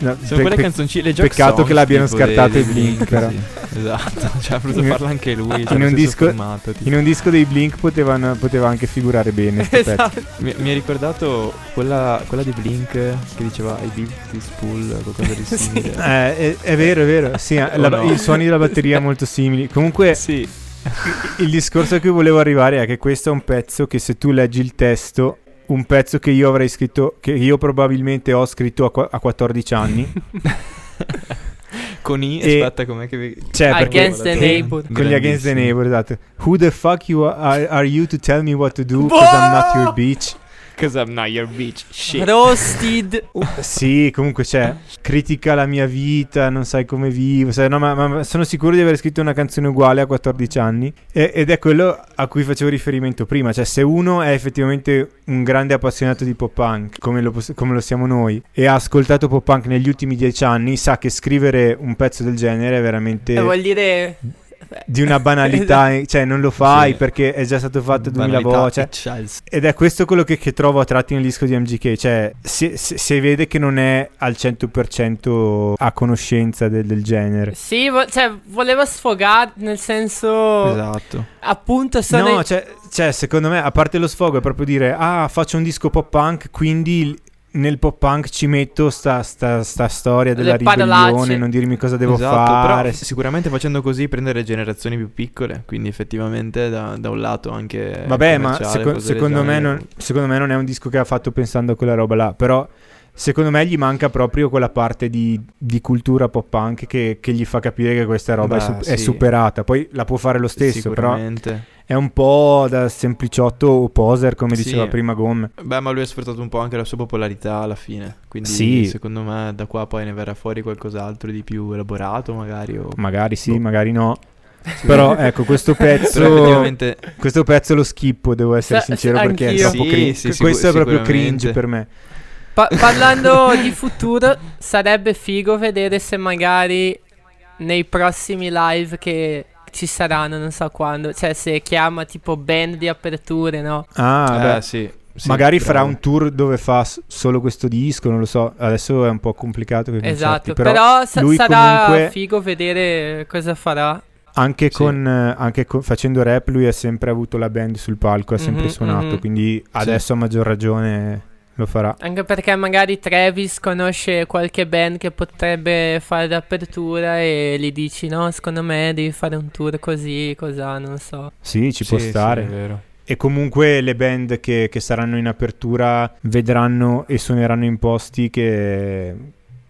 no,
Sono
pe-
quelle
pe-
canzoncine. le joke
peccato
songs,
che l'abbiano
tipo, dei-
scartato
dei
i Blink, però.
sì. Esatto, cioè ha voluto
In-
farla anche lui. cioè,
in
lo
un
stesso
disco-
formato, tipo.
In un disco dei Blink potevano- poteva anche figurare bene. sto pezzo.
Esatto.
Mi, mi ha ricordato quella, quella di Blink che diceva I built this pool, qualcosa di simile.
Eh, è, è vero, è vero. Sì, eh,
O
la-
no?
i suoni della batteria molto simili. Comunque,
Eh, Sì,
Il discorso a cui volevo arrivare è che questo è un pezzo che se tu leggi il testo, un pezzo che io avrei scritto, che io probabilmente ho scritto a, qua- a 14 anni,
con I,
E-
aspetta com'è che vi...
cioè perché
Against the Neighbor.
con gli Against the Neighbor, esatto. Who the fuck you are, are you to tell me what to do? Cause I'm not your bitch.
Cause I'm not your bitch, shit.
Roasted.
Uh. Sì, comunque c'è critica la mia vita, non sai come vivo. sai, no, ma, ma- ma sono sicuro di aver scritto una canzone uguale a 14 anni. E- ed è quello a cui facevo riferimento prima. Cioè, se uno è effettivamente un grande appassionato di pop punk, come lo, poss- come lo siamo noi, e ha ascoltato pop punk negli ultimi 10 anni, sa che scrivere un pezzo del genere è veramente.
Eh, Vuol dire...
Di una banalità, eh, cioè non lo fai
Sì.
perché è già stato fatto duemila
Banalità,
volte. cioè-
e Charles.
ed è questo quello che, che trovo a tratti nel disco di MGK, cioè si, si- si vede che non è al 100% a conoscenza del, del genere.
Sì, vo- cioè, voleva sfogare, nel senso...
Esatto.
Appunto, sono...
No,
i-
cioè, cioè, secondo me, a parte lo sfogo, è proprio dire, ah, faccio un disco pop punk, quindi il- nel pop punk ci metto sta, sta- sta storia della
Le parolacce.
ribellione, non dirmi cosa devo
esatto,
fare.
Però sicuramente facendo così prendere generazioni più piccole, quindi effettivamente da, da un lato anche...
Vabbè, ma
eh, commerciale,
seco-
cose del
secondo, me
genere.
non, secondo me non è un disco che ha fatto pensando a quella roba là, però secondo me gli manca proprio quella parte di, di cultura pop punk che, che gli fa capire che questa roba è,
Beh,
su- è
sì.
superata, poi la può fare lo stesso, però
Sicuramente.
è un po' da sempliciotto o poser come
Sì.
diceva prima Gomme.
Beh, ma lui ha sfruttato un po' anche la sua popolarità alla fine, quindi
Sì.
secondo me da qua poi ne verrà fuori qualcos'altro di più elaborato magari o...
Magari sì,
Boh.
magari no. Però ecco, questo
Però
pezzo,
effettivamente
questo pezzo lo schippo, devo essere
Sa-
sincero,
sa-
perché è
anch'io.
troppo
Sì,
cringe.
sì, sicur-
questo è proprio cringe
sicuramente.
per me.
Pa- parlando di futuro, sarebbe figo vedere se magari nei prossimi live che ci saranno, non so quando, cioè se chiama tipo band di aperture, no?
Ah, beh,
Eh, sì, sì,
Magari
bravo.
farà un tour dove fa s- solo questo disco, non lo so. Adesso è un po' complicato. coi concerti,
esatto,
però,
però, sa-
lui
sarà
comunque-
figo vedere cosa farà.
anche,
Sì.
con, eh, anche con- facendo rap, lui ha sempre avuto la band sul palco, ha sempre
Mhm,
suonato.
mhm.
Quindi adesso a maggior ragione lo farà.
Anche perché magari Travis conosce qualche band che potrebbe fare d'apertura e gli dici no, secondo me devi fare un tour così, cosa, non so.
Sì, ci
Sì,
può
sì,
stare.
è vero.
E comunque le band che, che saranno in apertura vedranno e suoneranno in posti che,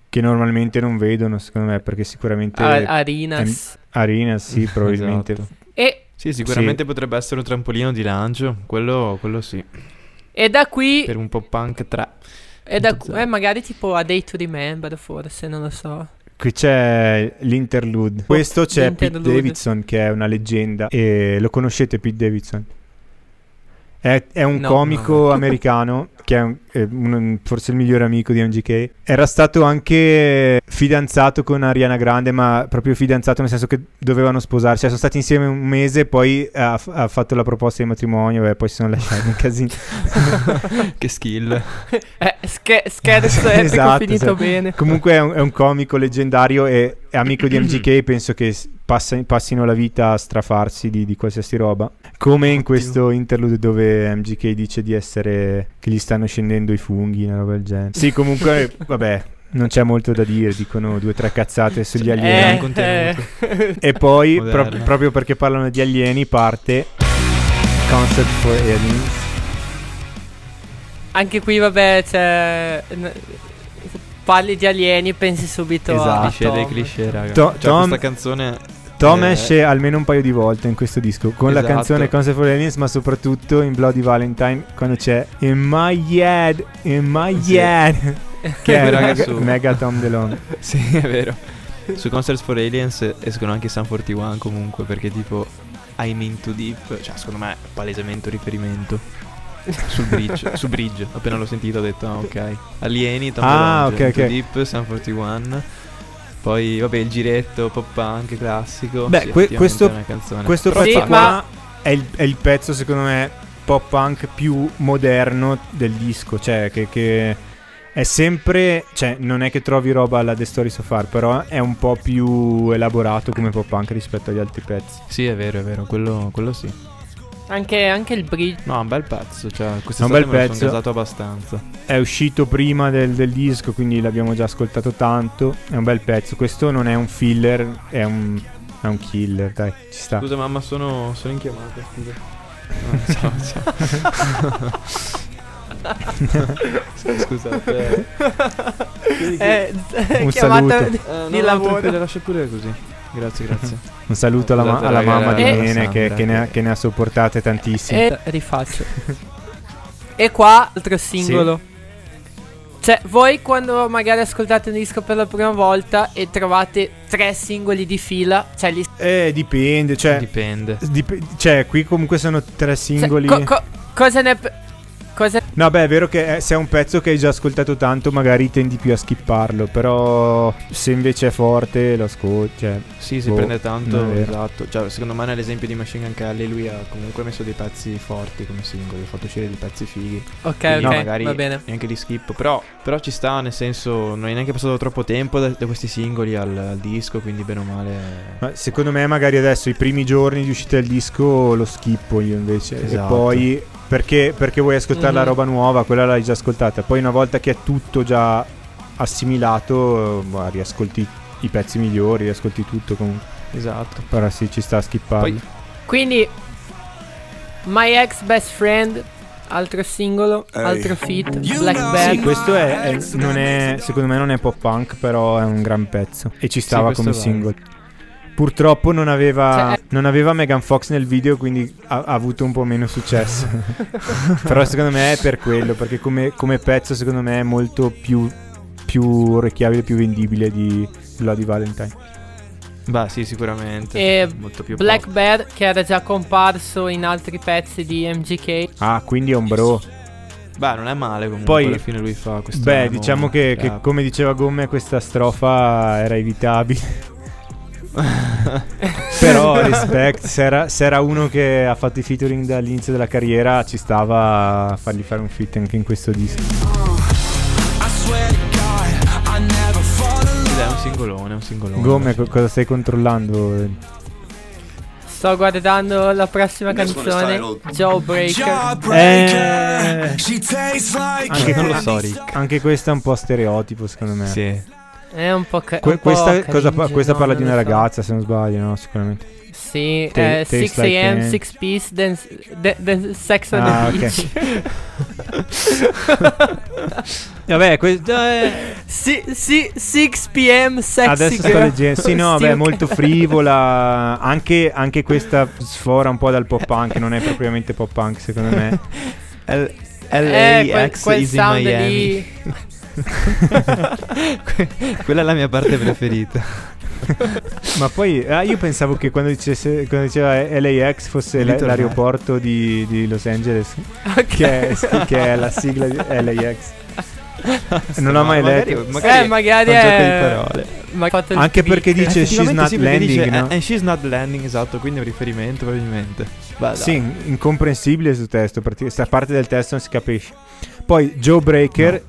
che normalmente non vedono, secondo me, perché sicuramente
A- Arinas.
Arena, sì, probabilmente.
Esatto.
E
Sì, sicuramente potrebbe essere un trampolino di lancio, quello, quello sì,
E da qui,
per un po' punk 3.
e da
Zero.
qui eh, magari tipo a Day to Remember forse, non lo so.
Qui c'è l'interlude. Questo c'è Pete
Oh, L'interlude.
Davidson che è una leggenda. E lo conoscete Pete Davidson? È, è un
No,
comico
no,
americano che è, un- è un- forse il migliore amico di MGK. Era stato anche fidanzato con Ariana Grande, ma proprio fidanzato nel senso che dovevano sposarsi. Cioè, sono stati insieme un mese, poi ha, ha fatto la proposta di matrimonio e poi si sono lasciati. Un casino.
che skill.
Ah,
Eh, sche- scherzo, è
Esatto,
finito
esatto.
bene.
Comunque è un, è un comico leggendario e è amico di MGK. Penso che s- passa- passino la vita a strafarsi di, di qualsiasi roba. Come in questo interlude dove MGK dice di essere. che gli stanno scendendo i funghi, una roba del genere. Sì, comunque, vabbè. Non c'è molto da dire, dicono due o tre cazzate sugli
Eh.
Cioè,
alieni.
un contenuto.
E poi,
Moderno.
pro- proprio perché parlano di alieni, parte Concept for Aliens.
Anche qui, vabbè, cioè... n- parli di alieni, pensi subito a
cliché dei
Tom.
Esatto.
cliché, raga.
To-
Cioè,
Tom-
questa canzone
Tom
Eh,
esce almeno un paio di volte in questo disco con la
Esatto.
canzone Concept for Aliens, ma soprattutto in Bloody Valentine quando c'è In My Head, In My
Sì.
Head, che è
Quella
mega,
su-
mega Tom DeLonge.
Sì, è vero. Su Concerts for Aliens escono anche Sun 41 comunque perché tipo I'm into deep, cioè secondo me è palesemente un riferimento sul bridge, su bridge. Appena l'ho sentito ho detto ah, ok. Alieni, Tom
Ah,
DeLonge,
ok,
Into
ok.
Deep, Sun 41. Poi vabbè, il giretto pop punk classico.
Beh,
Sì,
que-
effettivamente
questo-
è una canzone.
Questo
Però
pezzo
Sì,
fa-
qua
ma-
è, il, è il pezzo, secondo me, pop punk più moderno del disco. Cioè, che, che è sempre. Cioè, non è che trovi roba alla The Story So Far, però è un po' più elaborato come pop punk rispetto agli altri pezzi.
Sì, è vero, è vero, quello, quello sì.
Anche, anche il bridge.
No, è un bel pezzo, cioè
È
questo
un bel
me lo
pezzo.
sono casato abbastanza.
È uscito prima del, del disco, quindi l'abbiamo già ascoltato tanto. È un bel pezzo. Questo non è un filler, è un. È un killer, dai, ci sta.
Scusa mamma, sono, sono in chiamata, scusa.
Ah,
ciao, ciao. S- Scusate.
Eh,
Cioè. Un
chiamata
saluto.
Eh, no,
di
no,
lavoro.
tranquilla, lascia pure così. Grazie, grazie.
Un saluto alla, ma-
Scusate,
alla
raga,
mamma di
era
Nene che,
Alessandra
che ne ha,
che-
che ne ha sopportate tantissime.
E rifaccio. eh. e qua altro singolo. Cioè, voi quando magari ascoltate un disco per la prima volta e trovate tre singoli di fila, cioè li
Eh, dipende, cioè,
Dipende.
dip- cioè, qui comunque sono tre
cioè,
singoli.
co- co- cosa ne pe- cosa
no, beh, è vero che eh, se è un pezzo che hai già ascoltato tanto, magari tendi più a skipparlo. Però, se invece è forte, lo ascolti. Cioè,
Sì, si
Boh,
prende tanto,
non è vero.
esatto. Cioè, secondo me nell'esempio di Machine Gun Kelly lui ha comunque messo dei pezzi forti come singoli, ha fatto uscire dei pezzi fighi.
Ok, ok,
Quindi magari
va bene.
neanche li skip, però, però ci sta, nel senso, non è neanche passato troppo tempo da, da questi singoli al, al disco, quindi bene o male...
ma secondo me, magari adesso i primi giorni di uscita del disco lo skippo io invece. E
Esatto.
poi. Perché, perché vuoi ascoltare la
Mhm.
roba nuova, quella l'hai già ascoltata. Poi, una volta che è tutto già assimilato, eh, boh, riascolti i pezzi migliori, riascolti tutto comunque.
Esatto.
Però sì, ci sta a skipparlo.
Poi-
Quindi My Ex Best Friend altro singolo,
Ehi.
altro feat,
You
Black
know-
Sì,
Band.
questo è, è- non è, secondo me non è pop punk, però è un gran pezzo e ci stava
questo
come
va.
single. Purtroppo non aveva,
Cioè-
non aveva Megan Fox nel video, quindi ha, ha avuto un po' meno successo. però secondo me è per quello, perché come, come pezzo secondo me è molto più, più orecchiabile, più vendibile di Bloody Valentine.
Beh, sì, sicuramente.
E
Molto più
Black
pop.
Bear che era già comparso in altri pezzi di MGK.
Ah, quindi è un bro.
Beh, non è male comunque.
Poi-
alla fine lui fa questo.
Beh,
emo
diciamo che, che
rap.
come diceva Gomme questa strofa era evitabile. Però respect, se era, se era uno che ha fatto i featuring dall'inizio della carriera ci stava a fargli fare un feat anche in questo disco.
I swear to God, I never fall in
Ed è un singolone, è un singolone.
Gomme, co- cosa stai controllando?
Sto guardando la prossima canzone, Jawbreaker.
Jawbreaker,
Eh.
she tastes like
Anche
non lo
candy.
so, Rick.
Anche questo è un po' stereotipo secondo me.
Sì.
È un po', ca-
Que-
un po'
questa, cosa pa-
cringe,
questa
no,
parla di
non
una
lo so.
ragazza, se non sbaglio, no? Sicuramente.
Sì, eh,
Te-
è
tastes
6
like
am,
candy.
6 piece, dance, de- de- sex on
Ah,
the
ok.
beach.
Vabbè, questo
eh, Sì, sì, 6 pm, sexy
Adesso sto
girl.
leggendo. Sì, no,
Sì,
beh,
ok.
molto frivola. Anche, anche questa sfora un po' dal pop punk. Non è propriamente pop punk, secondo me.
L-
Eh, quel,
LAX
quel
is in
sound
Miami.
lì.
Que- Quella è la mia parte preferita.
Ma poi ah, io pensavo che quando, dicesse- quando diceva LAX fosse la-
Ritornare.
l'aeroporto di, di Los Angeles,
Ok.
che è, che è la sigla di LAX. Non l'ho mai
Magari-
letto.
Magari
eh, magari
è un gioco
è...
di parole. Eh,
Ma fatto il
Anche
click.
perché dice She's
Effettivamente
Not
sì, perché
Landing,
dice,
no?
eh, And she's not landing, esatto, quindi è un riferimento probabilmente. Beh,
Sì, incomprensibile questo testo, perché sta parte del testo non si capisce. Poi Joe Breaker,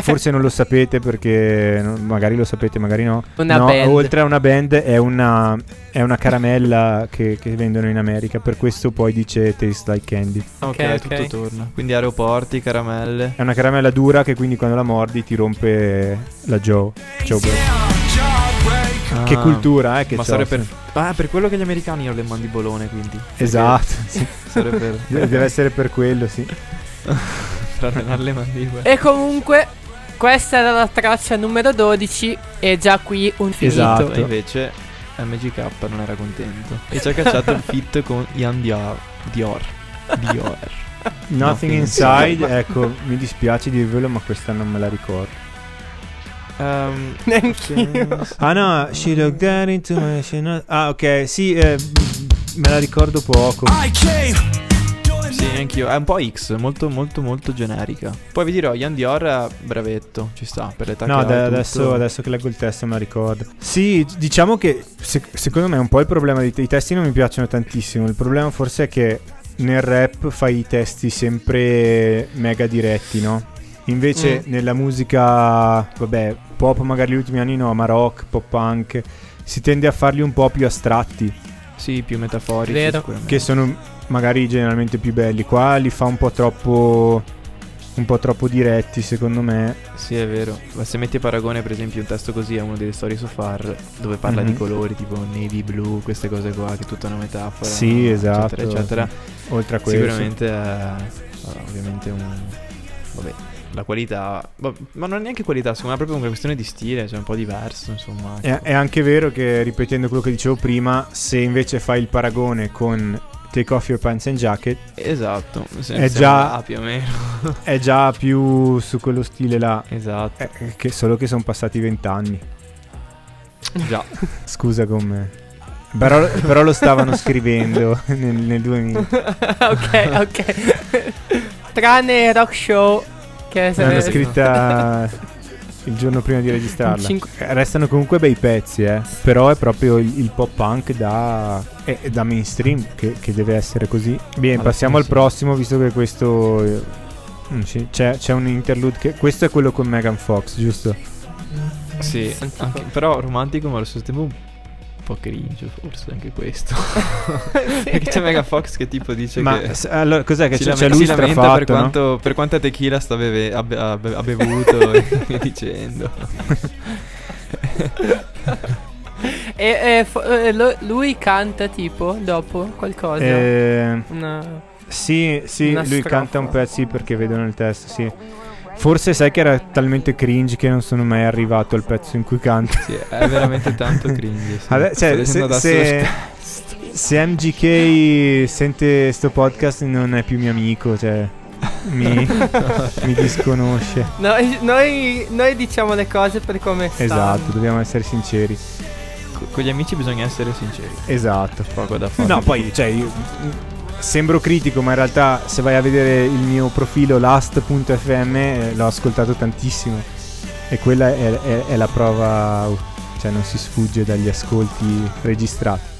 forse non lo sapete perché non- magari lo sapete, magari no.
Una
No,
band.
Oltre a una band è una, è una caramella che, che vendono in America, per questo poi dice Taste Like Candy.
dai.
ok,
ok, tutto
ok.
torna. Quindi aeroporti, caramelle.
È una caramella dura che quindi quando la mordi ti rompe la Joe. Joe Breaker.
Jawbreaker,
Che
Ah.
cultura, eh? Che
ma
ciò,
sarebbe per...
sì.
Ah, per quello che gli americani hanno le mandibolone, quindi.
Esatto, sì.
Sarebbe per...
De- deve essere per quello, sì.
per allenare le mandibole.
E comunque, questa era la traccia numero 12 e già qui un finito.
Esatto.
E invece MGK non era contento e ci ha cacciato il fit con Ian Dior. Dior. Dior.
Nothing
Nothing
Inside, ecco, mi dispiace dirvelo, ma questa non me la ricordo.
Ehm,
Neanch'io.
Ah no, she looked down into my... she not- Ah ok, sì, eh, me la ricordo poco.
I came doing
Sì, anch'io. È un po' X, molto, molto, molto generica. Poi vi dirò, Ian Dior, eh, bravetto, ci sta per l'età
No,
che ha
da-
e tutto.
adesso, adesso che leggo il testo me la ricordo. Sì, diciamo che se- secondo me è un po' il problema dei te- i testi non mi piacciono tantissimo. Il problema forse è che nel rap fai i testi sempre mega diretti, no? Invece
Mm.
nella musica, vabbè, pop magari gli ultimi anni no, ma rock, pop punk, si tende a farli un po' più astratti,
Sì, più metaforici
Vero.
sicuramente.
che sono magari generalmente più belli. Qua li fa un po' troppo un po' troppo diretti, secondo me.
Sì, è vero. Ma se metti a paragone, per esempio, un testo così a uno delle storie su Far, dove parla
Mhm.
di colori, tipo navy, blu, queste cose qua, che è tutta una metafora.
Sì, esatto.
Eccetera, eccetera.
Oltre a questo.
Sicuramente è allora, ovviamente un... Vabbè, la qualità... ma- Ma non è neanche qualità, secondo me è proprio una questione di stile, cioè un po' diverso, insomma.
È, è anche vero che, ripetendo quello che dicevo prima, se invece fai il paragone con Take Off Your Pants and Jacket,
Esatto. se-
È
se
già-
va più o meno.
è già più su quello stile là.
Esatto,
Eh, eh, che- solo che sono passati vent'anni.
già.
Scusa con me. Però, però lo stavano scrivendo nel, nel 2000.
ok, ok. Tranne Rock Show, che
L'hanno
eh,
scritta il giorno prima di registrarla.
Cinque-
Eh, Restano comunque bei pezzi, eh. Però è proprio il, il pop punk da, eh, da mainstream che, che deve essere così. Bene,
Alla
passiamo
fine
al
sì.
prossimo, visto che questo. eh, mm, sì, c'è, c'è un interlude che. Questo è quello con Megan Fox, giusto?
Sì, anche- però romantico, ma allo stesso tempo un po' cringe, forse anche questo. Perché c'è Mega Fox che tipo dice
Ma
che.
s- allora, cos'è che
si
c'è,
lame-
c'è lui
si lamenta per,
strafatto? no?
quanto, per quanta tequila sta beve- ha, be- ha be- ha bevuto e via dicendo.
E, e fo- e lo- lui canta tipo dopo qualcosa.
Eh,
Una-
sì, sì,
Una
lui
strofa.
canta un pezzo sì, perché vedono il testo, sì. Forse sai che era talmente cringe che non sono mai arrivato al pezzo in cui canta.
Sì, è veramente tanto cringe. Sì.
Vabbè,
Sto
cioè,
leggendo
se,
adesso
se-
lo
se MGK sente sto podcast non è più mio amico, cioè mi, mi disconosce.
Noi, noi- noi diciamo le cose per come stanno.
Esatto, dobbiamo essere sinceri.
sta- co- con gli amici bisogna essere sinceri.
Esatto.
Poco da fare.
No, poi, cioè, io- sembro critico, ma in realtà se vai a vedere il mio profilo last.fm eh, l'ho ascoltato tantissimo e quella è, è- è la prova, uh, cioè non si sfugge dagli ascolti registrati.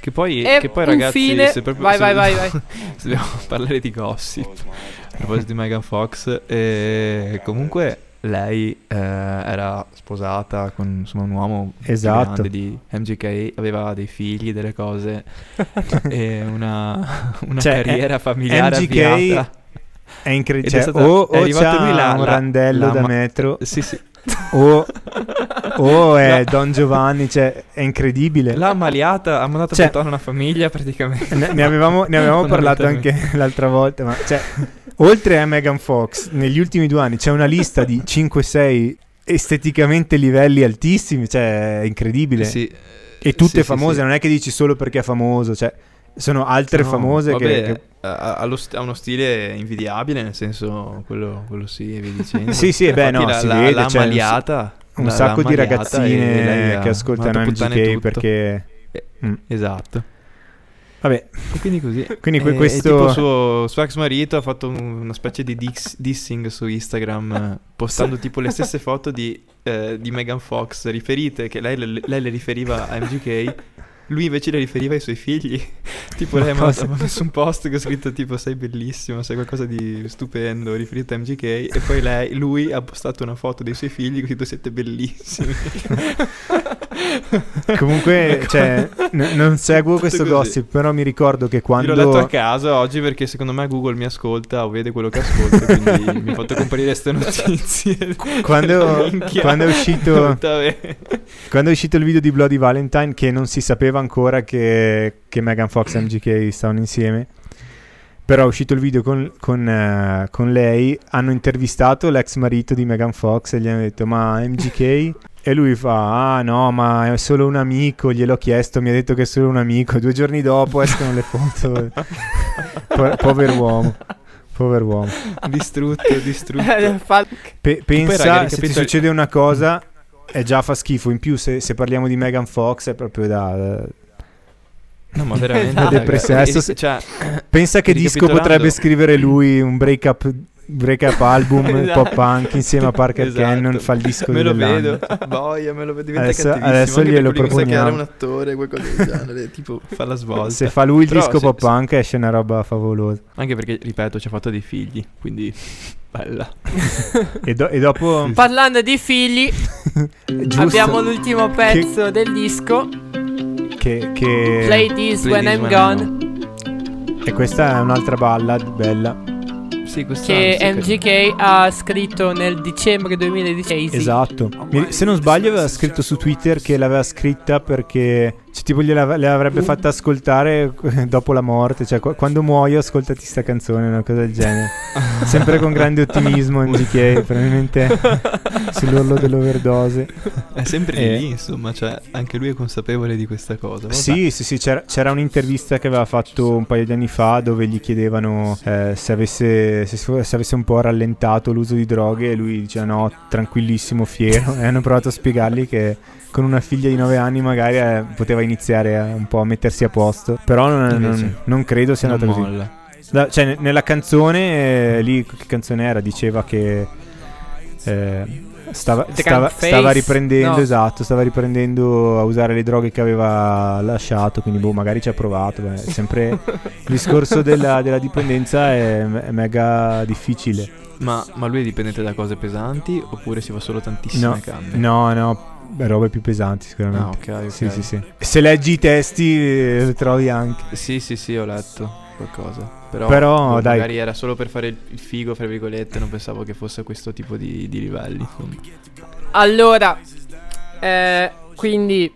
Che poi,
E
che poi ragazzi,
infine,
se proprio
vai,
se-
vai, vai, vai.
se dobbiamo parlare di gossip. A proposito di Megan Fox, eh, comunque lei eh, era sposata con insomma, un uomo più
Esatto.
grande di MGK, aveva dei figli, delle cose, e una, una
Cioè,
carriera familiare
MGK
avviata.
È incredibile.
Ed è
Cioè,
stata-
o,
è
o
arrivato
c'ha
lui là,
un
la-
randello
la
da
ma-
metro
Sì, sì.
o, o Oh, è Don Giovanni, cioè è incredibile.
L'ha ammaliata, ha mandato
Cioè-
a buttare una famiglia praticamente.
Ne, ne avevamo, ne avevamo parlato
Fondamentalmente.
anche l'altra volta, ma cioè, oltre a Megan Fox, negli ultimi due anni c'è una lista di 5-6 esteticamente livelli altissimi, cioè è incredibile.
Sì,
e tutte
sì, sì,
famose,
sì.
non è che dici solo perché è famoso, cioè sono altre
No,
famose che...
vabbè,
che-
ha, ha lo st- ha uno stile invidiabile, nel senso quello, quello sì, e via dicendo.
Sì, sì, beh, no,
Infatti la,
si
la,
vede,
l'ha
cioè, un-
ammaliata,
Un
la- l'ha
sacco di
ammaliata e lei
ragazzine
ha
che ascoltano
mandato puttane
MGK
tutto.
perché... Mm.
Esatto.
Vabbè,
E quindi così.
Quindi que-
E- e
questo-
tipo suo, suo ex marito ha fatto un- una specie di dix- dissing su Instagram, eh, postando tipo le stesse foto di, eh, di Megan Fox riferite, che lei, le- lei le riferiva a MGK. Lui invece le riferiva ai suoi figli. tipo,
Ma
lei ha
cosa?
mandato- ha messo un post che ho scritto: tipo, sei bellissimo, sei qualcosa di stupendo, riferito a MGK. E poi lei, lui ha postato una foto dei suoi figli, così tu siete bellissimi.
comunque cioè, n- non seguo
Ecco. Tutto
questo
così.
gossip, però mi ricordo che
Gliel'ho detto a
quando...
casa oggi perché secondo me Google mi ascolta o vede quello che ascolta, quindi mi ha fatto comparire queste notizie.
Quando,
Minchia.
quando è uscito...
Brutta ve-
Quando è uscito il video di Bloody Valentine, che non si sapeva ancora che, che Megan Fox e MGK stavano insieme, Però è uscito il video con, con, eh, con lei, hanno intervistato l'ex marito di Megan Fox e gli hanno detto ma MGK? e lui fa ah no ma è solo un amico, gliel'ho chiesto, mi ha detto che è solo un amico. Due giorni dopo escono le foto. Po- povero uomo. Povero uomo.
Distrutto, distrutto.
Eh, fa-
Pe-
Poi, raga,
pensa, se
ricapitol-
ti succede una cosa, è già fa schifo. In più, se, se parliamo di Megan Fox, è proprio da.
Eh, No, ma veramente.
Una
raga.
depressione. Adesso se-
Cioè,
Pensa che disco
Ricapitolando-
potrebbe scrivere lui un break up. break up album
Esatto.
pop punk insieme a Parker
Esatto.
Cannon fa il disco
me lo
dell'anno.
vedo. Boh, Boia, me lo vedo. Diventa
Adesso-
cattivissimo.
adesso
anche
glielo
per quelli che sa che
proponiamo.
era un attore, qualcosa del genere. tipo, fa la svolta.
Se fa lui il
boh, Però
disco
se-
pop
se-
punk esce una roba favolosa.
Anche perché, ripeto, ci ha fatto dei figli. Quindi, bella.
E, do- e dopo
Parlando di figli,
giusto
abbiamo l'ultimo pezzo del disco,
che, che-
Play
Play
This
This
When I'm
When I'm
Gone,
E questa è un'altra balla bella.
Sì, questo
che MGK ha scritto nel dicembre 2016.
Esatto. Mi- se non sbaglio, aveva scritto su Twitter che l'aveva scritta perché, cioè, tipo, gliela- le avrebbe fatta ascoltare dopo la morte. Cioè, qu- quando muoio, ascoltati sta canzone, una cosa del genere. Sempre con grande ottimismo. MGK, probabilmente sull'orlo dell'overdose.
È sempre
Eh.
lì, insomma. Cioè, anche lui è consapevole di questa cosa. Vabbè.
Sì, sì, sì, c'era, c'era un'intervista che aveva fatto un paio di anni fa dove gli chiedevano eh, se, avesse, se so- se avesse un po' rallentato l'uso di droghe e lui diceva no, tranquillissimo, fiero e hanno provato a spiegargli che con una figlia di 9 anni magari eh, poteva iniziare a- un po' a mettersi a posto, però non,
Invece,
non- non credo sia
Non
andata così.
molla.
Da- cioè, ne- nella canzone, eh, lì, che canzone era? Diceva che eh, stava,
Drunk
stava,
Face?
stava riprendendo,
No.
esatto, stava riprendendo a usare le droghe che aveva lasciato, quindi boh, magari ci ha provato. beh, è sempre il discorso della, della dipendenza è, è mega difficile.
Ma, ma lui è dipendente da cose pesanti? Oppure si fa solo tantissime
No,
canne?
no, no, robe più pesanti sicuramente.
Ah, ok, ok.
Sì, sì, sì. Se leggi i testi eh, lo trovi anche.
Sì, sì, sì, ho letto qualcosa. Però,
Però,
boh,
dai.
magari era solo per fare il il figo, fra virgolette, non pensavo che fosse questo tipo di, di livelli. insomma.
Allora, eh, quindi,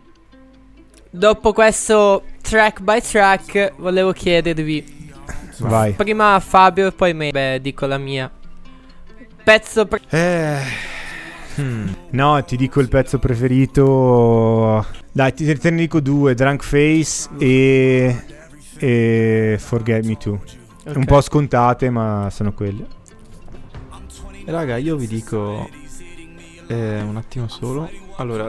dopo questo track by track, volevo chiedervi,
Vai.
prima Fabio e poi me, beh, dico la mia. Pezzo pre-
Eh, hmm, No, ti dico il pezzo preferito. Dai, ti- te ne dico due: Drunk Face e. e Forget Me Too. Un po' scontate, ma sono quelle.
Raga, io vi dico... eh, un attimo solo. Allora,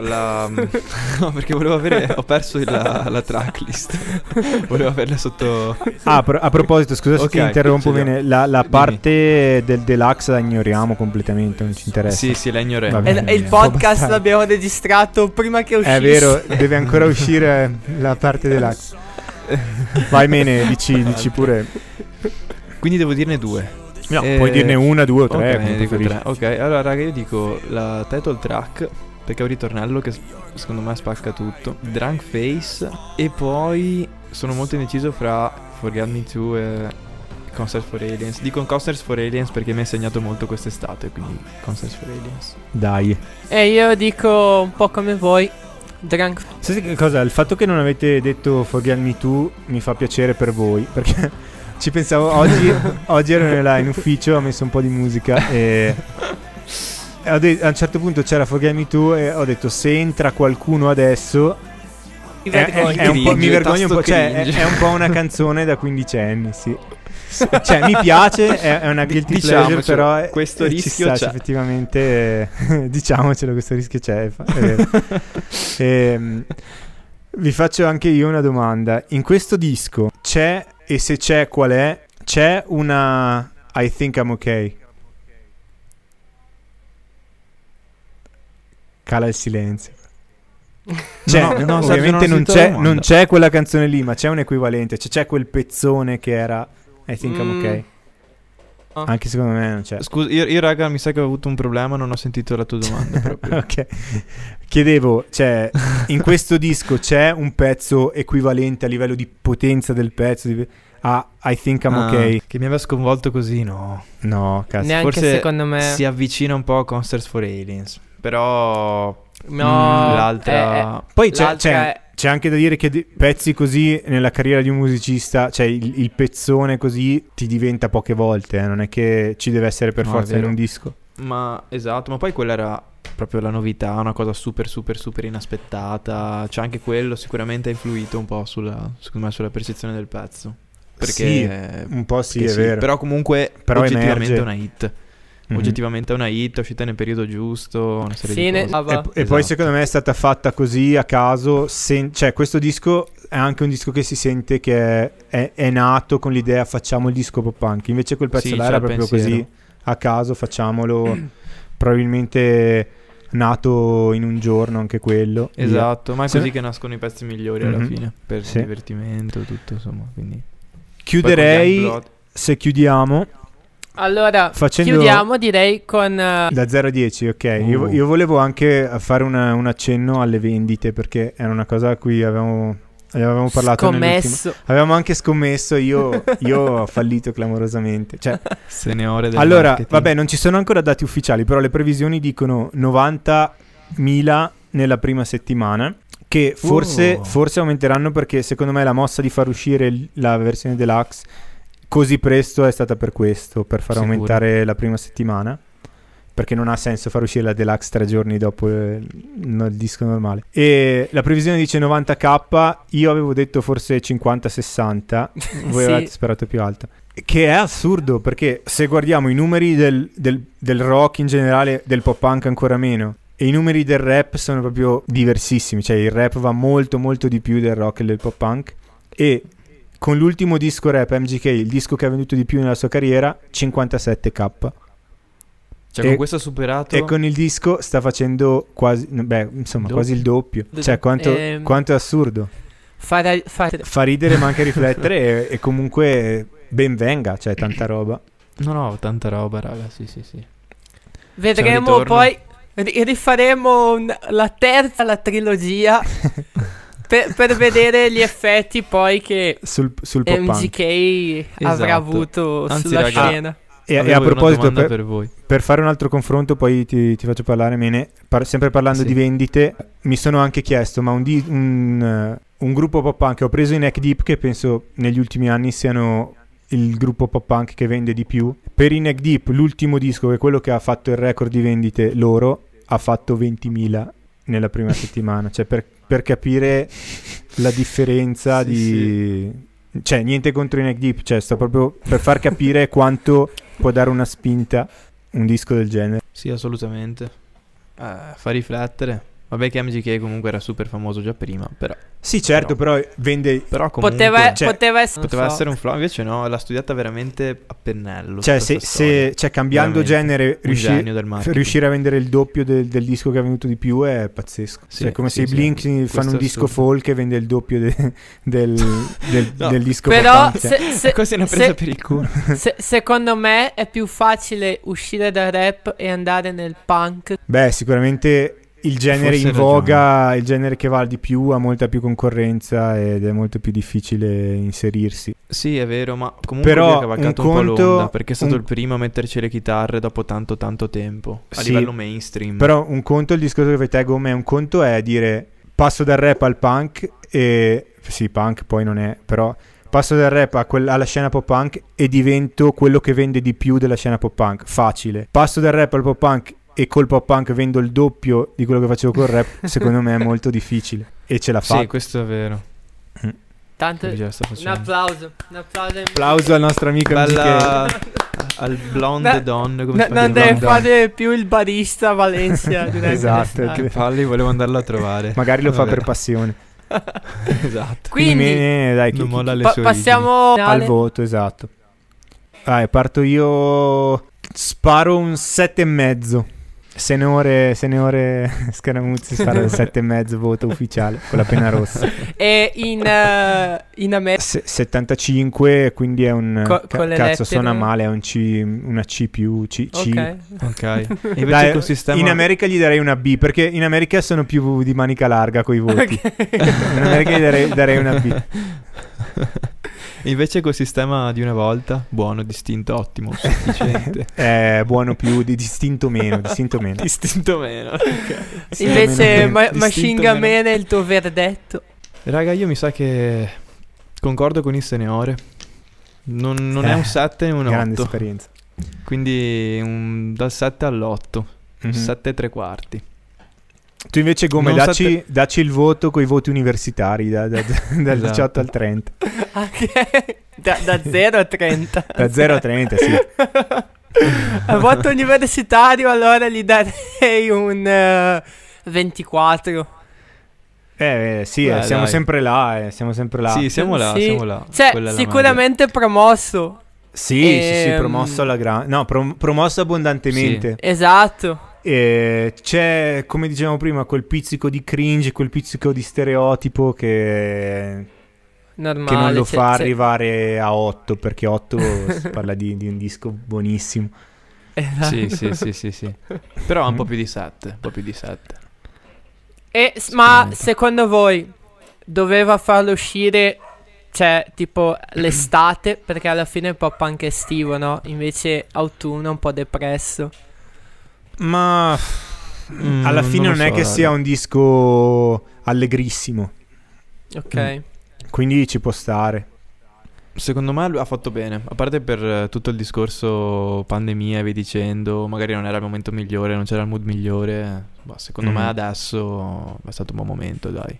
la... no, perché volevo avere... Ho perso il- la, la tracklist. volevo averla sotto...
Ah, a pro- a proposito, scusa se
Ok,
ti interrompo.
ce l'ho.
Bene, la, la
Dimmi.
parte del deluxe la ignoriamo completamente, non ci interessa.
Sì, sì, la ignoreremo.
Vabbè.
E, e il
Può
podcast
bastare.
l'abbiamo registrato prima che uscisse.
È vero, deve ancora uscire la parte deluxe. Vai bene, dici, dici pure.
Quindi devo dirne due.
No,
Eh,
puoi dirne una, due o tre.
Ok,
come
ne dico
preferisci.
tre. Ok, allora raga io dico la title track perché è un ritornello che s- secondo me spacca tutto. Drunk Face e poi sono molto indeciso fra Forget Me Too e Concerts for Aliens. Dico Concerts for Aliens perché mi ha insegnato molto quest'estate, quindi Concerts for Aliens.
Dai.
E io dico un po' come voi, Drunk
Sai che cosa? Il fatto che non avete detto Forget Me Too mi fa piacere per voi, perché ci pensavo oggi, oggi ero nella- in ufficio, ho messo un po' di musica e... e ho de- a un certo punto c'era Forget Me Too e ho detto se entra qualcuno adesso
Mi
è- è-
vergogno.
è un po', mi
Cringe,
vergogno un po',
tasto
cioè è,
cringe.
è un po' una canzone da quindicenni, sì. Cioè mi piace, è, è una guilty
Diciamocelo,
pleasure, però è-
questo
eh,
rischio
ci sta,
c'è.
effettivamente, eh, diciamocelo, questo rischio c'è. è fa- è vero. Ehm, vi faccio anche io una domanda. In questo disco c'è, e se c'è qual è, c'è una I think I'm okay. Cala il silenzio. Cioè,
no, no, Sergio,
ovviamente non,
non ho sentito la
c'è,
domanda.
non c'è quella canzone lì, ma c'è un equivalente, cioè c'è quel pezzone che era I think I'm
Mm.
okay.
No.
Anche secondo me non c'è.
Ah. Scusa, io, io, raga mi sa che ho avuto un problema, non ho sentito la tua domanda proprio.
Ok. Chiedevo, cioè, in questo disco c'è un pezzo equivalente a livello di potenza del pezzo di- a I Think I'm
Ah,
Okay?
Che mi aveva sconvolto così, no.
No, cazzo.
Neanche
forse
secondo me.
Si avvicina un po' a Concerts for Aliens, però
No,
Mm, l'altra-
eh, eh,
Poi c'è,
l'altra
c'è,
è-
c'è anche da dire che di- pezzi così nella carriera di un musicista, cioè il, il pezzone così ti diventa poche volte, eh, non è che ci deve essere per
No, è
forza in
vero.
un disco.
Ma esatto, ma poi quella era proprio la novità, una cosa super super super inaspettata. Cioè anche quello sicuramente ha influito un po' sulla, secondo me, sulla percezione del pezzo. Perché
Sì, Un po' sì,
perché
è
Eh, sì,
vero.
Però comunque
Però
oggettivamente
emerge.
è una hit.
Mhm.
Oggettivamente è una hit, è uscita nel periodo giusto, una serie
Fine.
di cose.
Ah, va.
E,
Esatto.
e poi secondo me è stata fatta così a caso, sen- cioè questo disco è anche un disco che si sente che è, è- è nato con l'idea facciamo il disco pop punk, invece quel pezzo
Sì,
là
c'è
era
il
proprio
pensiero.
così a caso, facciamolo, probabilmente nato in un giorno anche quello. via.
Esatto, ma è
Se-
così che nascono i pezzi migliori alla
Mhm.
fine, per
Sì.
divertimento tutto, insomma, quindi Poi
Chiuderei,
con
se chiudiamo,
Allora,
Facendo-
chiudiamo direi con... eh,
da 0 a 10, ok. Io,
Uh.
io volevo anche eh, fare una- un accenno alle vendite perché era una cosa a cui avevamo, avevamo parlato nell'ultimo...
Scommesso.
Avevamo anche scommesso, io, io ho fallito clamorosamente. Cioè,
Youngblood, se ne ore del
allora,
marketing.
vabbè, non ci sono ancora dati ufficiali, però le previsioni dicono 90.000 nella prima settimana, che forse,
Oh.
forse aumenteranno perché secondo me la mossa di far uscire l- la versione deluxe così presto è stata per questo, per far
Sicuro.
aumentare la prima settimana. Perché non ha senso far uscire la deluxe tre giorni dopo eh, no- il disco normale. E la previsione dice 90k. Io avevo detto forse 50-60. Voi
Sì.
avevate sperato più alto. Che è assurdo perché se guardiamo i numeri del, del- del rock in generale, del pop punk ancora meno, e i numeri del rap sono proprio diversissimi, cioè il rap va molto molto di più del rock e del pop punk e con l'ultimo disco rap MGK, il disco che ha venduto di più nella sua carriera, 57k.
Cioè, con
e-
questo ha superato
E con il disco sta facendo quasi, beh, insomma,
Doppio.
quasi il doppio. Cioè, quanto,
Ehm.
quanto è assurdo.
Fare, fare-
Fa ridere ma anche riflettere e, e comunque ben venga, cioè tanta roba.
No, no, tanta roba, raga, sì, sì, sì. C'è
Vedremo
un ritorno.
poi. ri- rifaremo un- la terza, la trilogia. per, per vedere gli effetti poi che
Sul, sul pop punk.
MGK avrà
Esatto.
avuto
Anzi,
sulla
raga-
scena.
E, e
Avevo
a
una
proposito,
domanda
per,
per voi.
per fare un altro confronto, poi ti, ti faccio parlare bene. Par- sempre parlando
Sì.
di vendite, mi sono anche chiesto: ma un, di- un, eh, un gruppo pop punk, ho preso i Neck Deep, che penso negli ultimi anni siano il gruppo pop punk che vende di più. Per i Neck Deep, l'ultimo disco, che è quello che ha fatto il record di vendite loro, ha fatto 20.000 nella prima settimana. Cioè, per, per capire la differenza
Sì,
di. Cioè, niente contro i Neck Deep, cioè, sto proprio per far capire quanto può dare una spinta un disco del genere.
Sì, assolutamente. Eh, fa riflettere. Vabbè che MGK comunque era super famoso già prima, però,
Sì, certo, però, vende.
però comunque
Poteva,
cioè,
poteva essere. non
poteva
so.
essere un flop, invece no, l'ha studiata veramente a pennello.
Cioè,
tutta
se, se-
sta storia.
cioè, cambiando
Veramente.
genere,
Un
riusci-
genio del
f-
marketing.
riuscire a vendere il doppio del, del disco che ha venuto di più è pazzesco.
Sì,
Cioè, è come
sì,
se
sì,
i Blink
questo
fanno
è
un disco
assurdo.
folk e vende il doppio de- del, del-
No,
del disco
Però,
pop punk, cioè.
se- se-
Questa è una
se-
presa per il culo.
se- secondo me è più facile uscire dal rap e andare nel punk.
Beh, sicuramente il genere
Forse
in
hai
voga, il genere che va di più, ha molta più concorrenza ed è molto più difficile inserirsi.
Sì, è vero, ma comunque
Però
lui ha cavalcato
un
un, po'
conto-
l'onda, perché è stato
un-
il primo a metterci le chitarre dopo tanto tanto tempo, a
Sì.
livello mainstream.
Però un conto, il discorso che fai te come un conto è dire passo dal rap al punk e... Sì, punk poi non è, però passo dal rap a quel- alla scena pop punk e divento quello che vende di più della scena pop punk. Facile. Passo dal rap al pop punk e col pop punk vendo il doppio di quello che facevo col rap, secondo me è molto difficile. E ce l'ha fatta.
Sì, questo è vero.
Tanto.
Lui già sta
Un
facendo.
applauso. Un applauso. ai-
Applauso al nostro amico
Bella al blonde
No,
don come
No,
si fa a
non
dire
deve
blonde don?
fare più il barista a Valencia. durante
Esatto,
l'estate.
che-
Falli, volevo andarla a trovare.
Magari lo fa
Vabbè.
per passione.
esatto.
Eh. Quindi,
bene, dai, chi-
non
chi-
molla le
pa-
sue
passiamo
al voto, esatto. Vai, parto io. Sparo un 7 e mezzo. Se ne ore, se ne ore Scaramuzzi sparo il 7 e mezzo voto ufficiale con la penna rossa.
E in, eh, in America.
Se- 75, quindi è un
Co-
ca-
con le
cazzo
lettere.
suona male, è un C, una C più C, C.
Ok.
origini. Ok. E invece
Dai,
col sistema
in America gli darei una B perché in America sono più di manica larga coi voti. In America gli darei, darei una B.
Invece col sistema di una volta, buono, distinto, ottimo, sufficiente.
È Eh, buono più, di distinto meno, distinto meno.
distinto meno. ok.
Sì,
Invece,
meno-
ma-
distinto
Machine Gun
meno.
Man è il tuo verdetto.
Raga, io mi sa che concordo con il Seneore. Non, non è
Eh,
un 7 né un
Grande
8.
esperienza.
Quindi un- dal 7 all'8.
Mhm.
7 e tre quarti.
Tu invece, Gome,
Mm-hmm. Non
dacci,
sette-
dacci il voto con i voti universitari da- da- da- dal
Esatto.
18 al 30.
Ok. Da, 0 a 30.
Da 0 a 30, sì.
Al voto universitario allora gli darei un eh, 24.
Eh, eh, sì, eh,
Beh,
siamo
dai.
sempre là, eh, siamo sempre là.
Sì, siamo là,
Sì.
siamo là.
Cioè,
Quella è la
sicuramente promosso.
Sì, sì, sì,
Ehm.
promosso alla grande. No, prom- promosso abbondantemente.
Esatto.
E c'è, come dicevamo prima, quel pizzico di cringe, quel pizzico di stereotipo che,
Normale.
che non lo
cioè-
fa
cioè-
arrivare a 8, perché 8 si parla di, di un disco buonissimo.
eh,
magia. Sì, sì, sì, sì, sì. Però ha un po' più di 7, un po' più di 7.
E, s- ma
Sicuramente.
secondo voi doveva farlo uscire, cioè, tipo l'estate? Perché alla fine è pop anche estivo, no? Invece autunno un po' depresso.
Ma
Mm,
alla fine
lo
non, è
so,
che
raga.
sia un disco allegrissimo,
Ok.
Mm.
quindi ci può stare.
Secondo me lui ha fatto bene, a parte per eh, tutto il discorso pandemia e via dicendo, magari non era il momento migliore, non c'era il mood migliore, ma secondo
Mm.
me adesso è stato un buon momento, dai.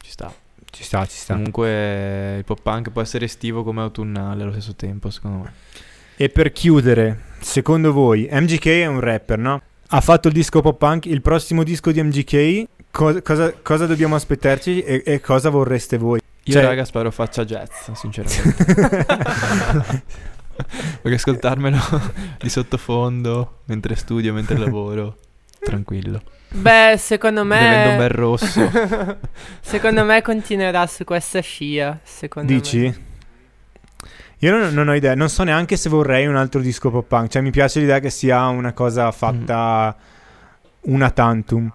Ci sta.
Ci sta, ci sta.
Comunque il pop punk può essere estivo come autunnale allo stesso tempo, secondo me.
E per chiudere, secondo voi, MGK è un rapper, no? Ha fatto il disco pop punk, il prossimo disco di MGK, co- cosa, cosa dobbiamo aspettarci e, e cosa vorreste voi?
Io
Cioè-
raga spero faccia jazz, sinceramente. Perché ascoltarmelo di sottofondo, mentre studio, mentre lavoro, tranquillo.
Beh, secondo
Bevendo un bel
me.
rosso.
secondo me continuerà su questa scia. Secondo me.
Dici? Io non, non ho idea, non so neanche se vorrei un altro disco pop punk, cioè mi piace l'idea che sia una cosa fatta una tantum.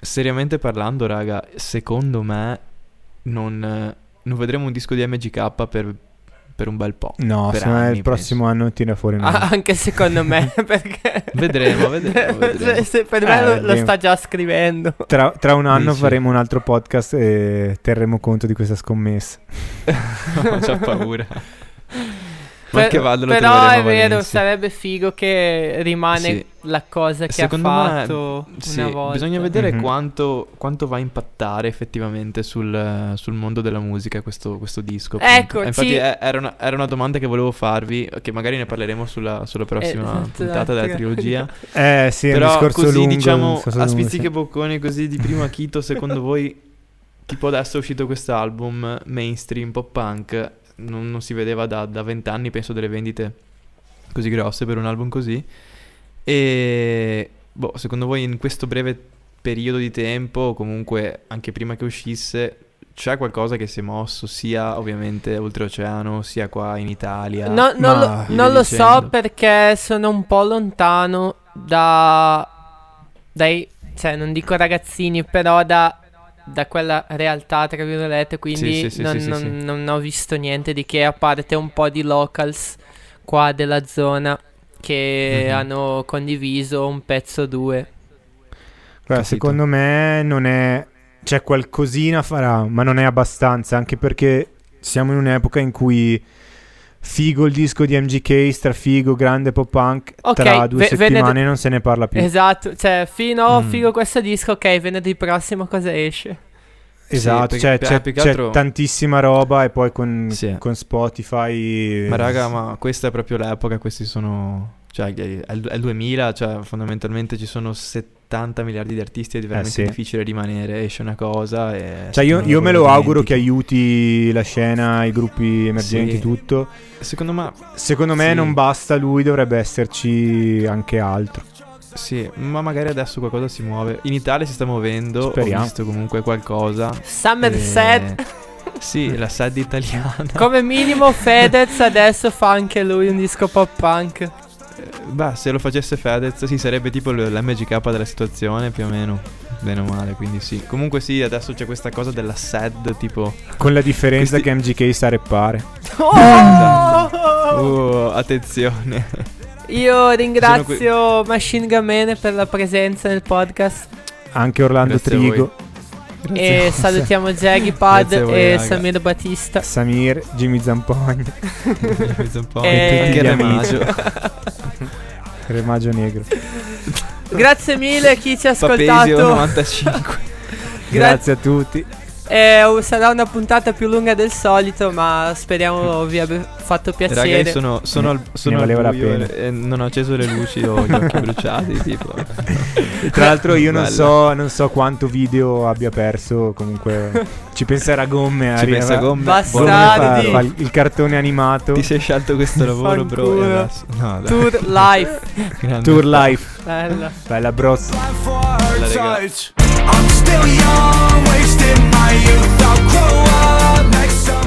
Seriamente parlando, raga, secondo me non, eh, non vedremo un disco di MGK per, per un bel po'.
No,
Per
secondo me
anni,
il prossimo anno tira fuori un
Ah, anche secondo me, perché.
Vedremo, vedremo,
Se-
vedremo.
se per me
Eh,
lo- lo
vedremo.
sta già scrivendo.
Tra, tra un anno
Dici?
faremo un altro podcast e terremo conto di questa scommessa.
Ho già paura. Ma
Per-
anche Valdo lo
Però
troveremo
è
a
vero,
Valencia.
sarebbe figo che rimane
Sì.
la cosa che
Secondo
ha
me,
fatto
Sì,
una volta.
bisogna vedere
Mhm.
quanto, quanto va a impattare effettivamente sul, eh, sul mondo della musica questo, questo disco. appunto.
Ecco,
Eh, Infatti
sì.
eh, era, una, era una domanda che volevo farvi, che magari ne parleremo sulla, sulla prossima
esatto,
puntata della
esatto.
trilogia.
Eh sì, è un
Però
discorso
così
lungo. un
diciamo
discorso
a
lungo, sì.
spizziche boccone così di primo acchito secondo voi tipo adesso è uscito questo album mainstream pop punk non, non si vedeva da da vent'anni penso delle vendite così grosse per un album così e boh, secondo voi in questo breve periodo di tempo o comunque anche prima che uscisse c'è qualcosa che si è mosso sia ovviamente oltreoceano sia qua in Italia
No, non
Ma-
lo, non lo
eh. dicendo.
so perché sono un po' lontano da... Dai, cioè non dico ragazzini, però da, da quella realtà, tra virgolette, quindi
sì, sì,
non,
sì, sì,
non-
sì.
non ho visto niente di che, a parte un po' di locals qua della zona che
Mhm.
hanno condiviso un pezzo o due.
Guarda,
Capito.
secondo me non è. Cioè, qualcosina farà, ma non è abbastanza. Anche perché siamo in un'epoca in cui figo il disco di MGK, strafigo, grande pop punk.
Ok,
tra due
ve- ve ne
settimane
do-
non se ne parla più.
Esatto, cioè fino
Mm.
figo questo disco, ok, venerdì prossimo cosa esce?
esatto,
sì,
cioè,
perché-
c'è,
più che
c'è
altro-
tantissima roba e poi con,
Sì.
con Spotify.
Ma raga, ma questa è proprio l'epoca, questi sono... Cioè, è il, è il 2000, cioè fondamentalmente ci sono 70 miliardi di artisti, è veramente
Eh, sì.
difficile rimanere, esce una cosa e...
Cioè, io,
non
io me lo auguro che
dimentichi.
aiuti la scena, i gruppi emergenti,
Sì.
tutto.
Secondo me,
Secondo me
Sì.
non basta lui, dovrebbe esserci anche altro.
sì, ma magari adesso qualcosa si muove. In Italia si sta muovendo,
Speriamo.
ho visto comunque qualcosa.
Somerset,
Eh, sì, la SED italiana.
come minimo Fedez adesso fa anche lui un disco pop punk.
Beh, se lo facesse Fedez, sì, sarebbe tipo l- l'MGK della situazione, più o meno. Bene o male, quindi sì. Comunque sì, adesso c'è questa cosa della SED, tipo...
Con la differenza che MGK sa reppare.
Oh!
Oh, attenzione.
Io ringrazio Machine Gun Man per la presenza nel podcast.
Anche Orlando
Grazie a
Trigo.
E salutiamo
Grazie
Jaggy
a
Pad
voi,
e
raga.
Samir Batista.
Samir, Jimmy Zampogna,
Penso un po'
Eh,
tutti gli
Re
amici.
Remagio Negro.
Grazie mille a chi ci ha
Papesio
ascoltato.
95.
Grazie a tutti.
Eh, sarà una puntata più lunga del solito, ma speriamo vi abbia fatto
Raga,
piacere.
io sono, sono al, sono al
valeva la
buio
pena.
e non ho acceso le luci, ho gli occhi bruciati. Tipo.
Tra l'altro io non
Bello.
so, non so quanto video abbia perso, comunque ci penserà Gomme a
Ci
arriva-
pensa con me.
Basta.
Gomme fa,
Bastardi.
fa il il cartone animato
Ti sei scelto questo lavoro, bro.
Fanculo.
e adesso- No, dai,
Tour Life.
grande.
Tour Life.
Bella.
Bella bros.
for her
Let it go.
touch. I'm still young, wasting my youth. I'll grow up next summer.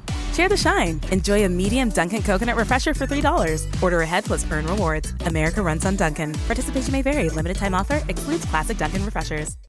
Share the shine. Enjoy a medium Dunkin' coconut refresher for $3. Order ahead plus earn rewards. America runs on Dunkin'. Participation may vary. Limited time offer excludes classic Dunkin' refreshers.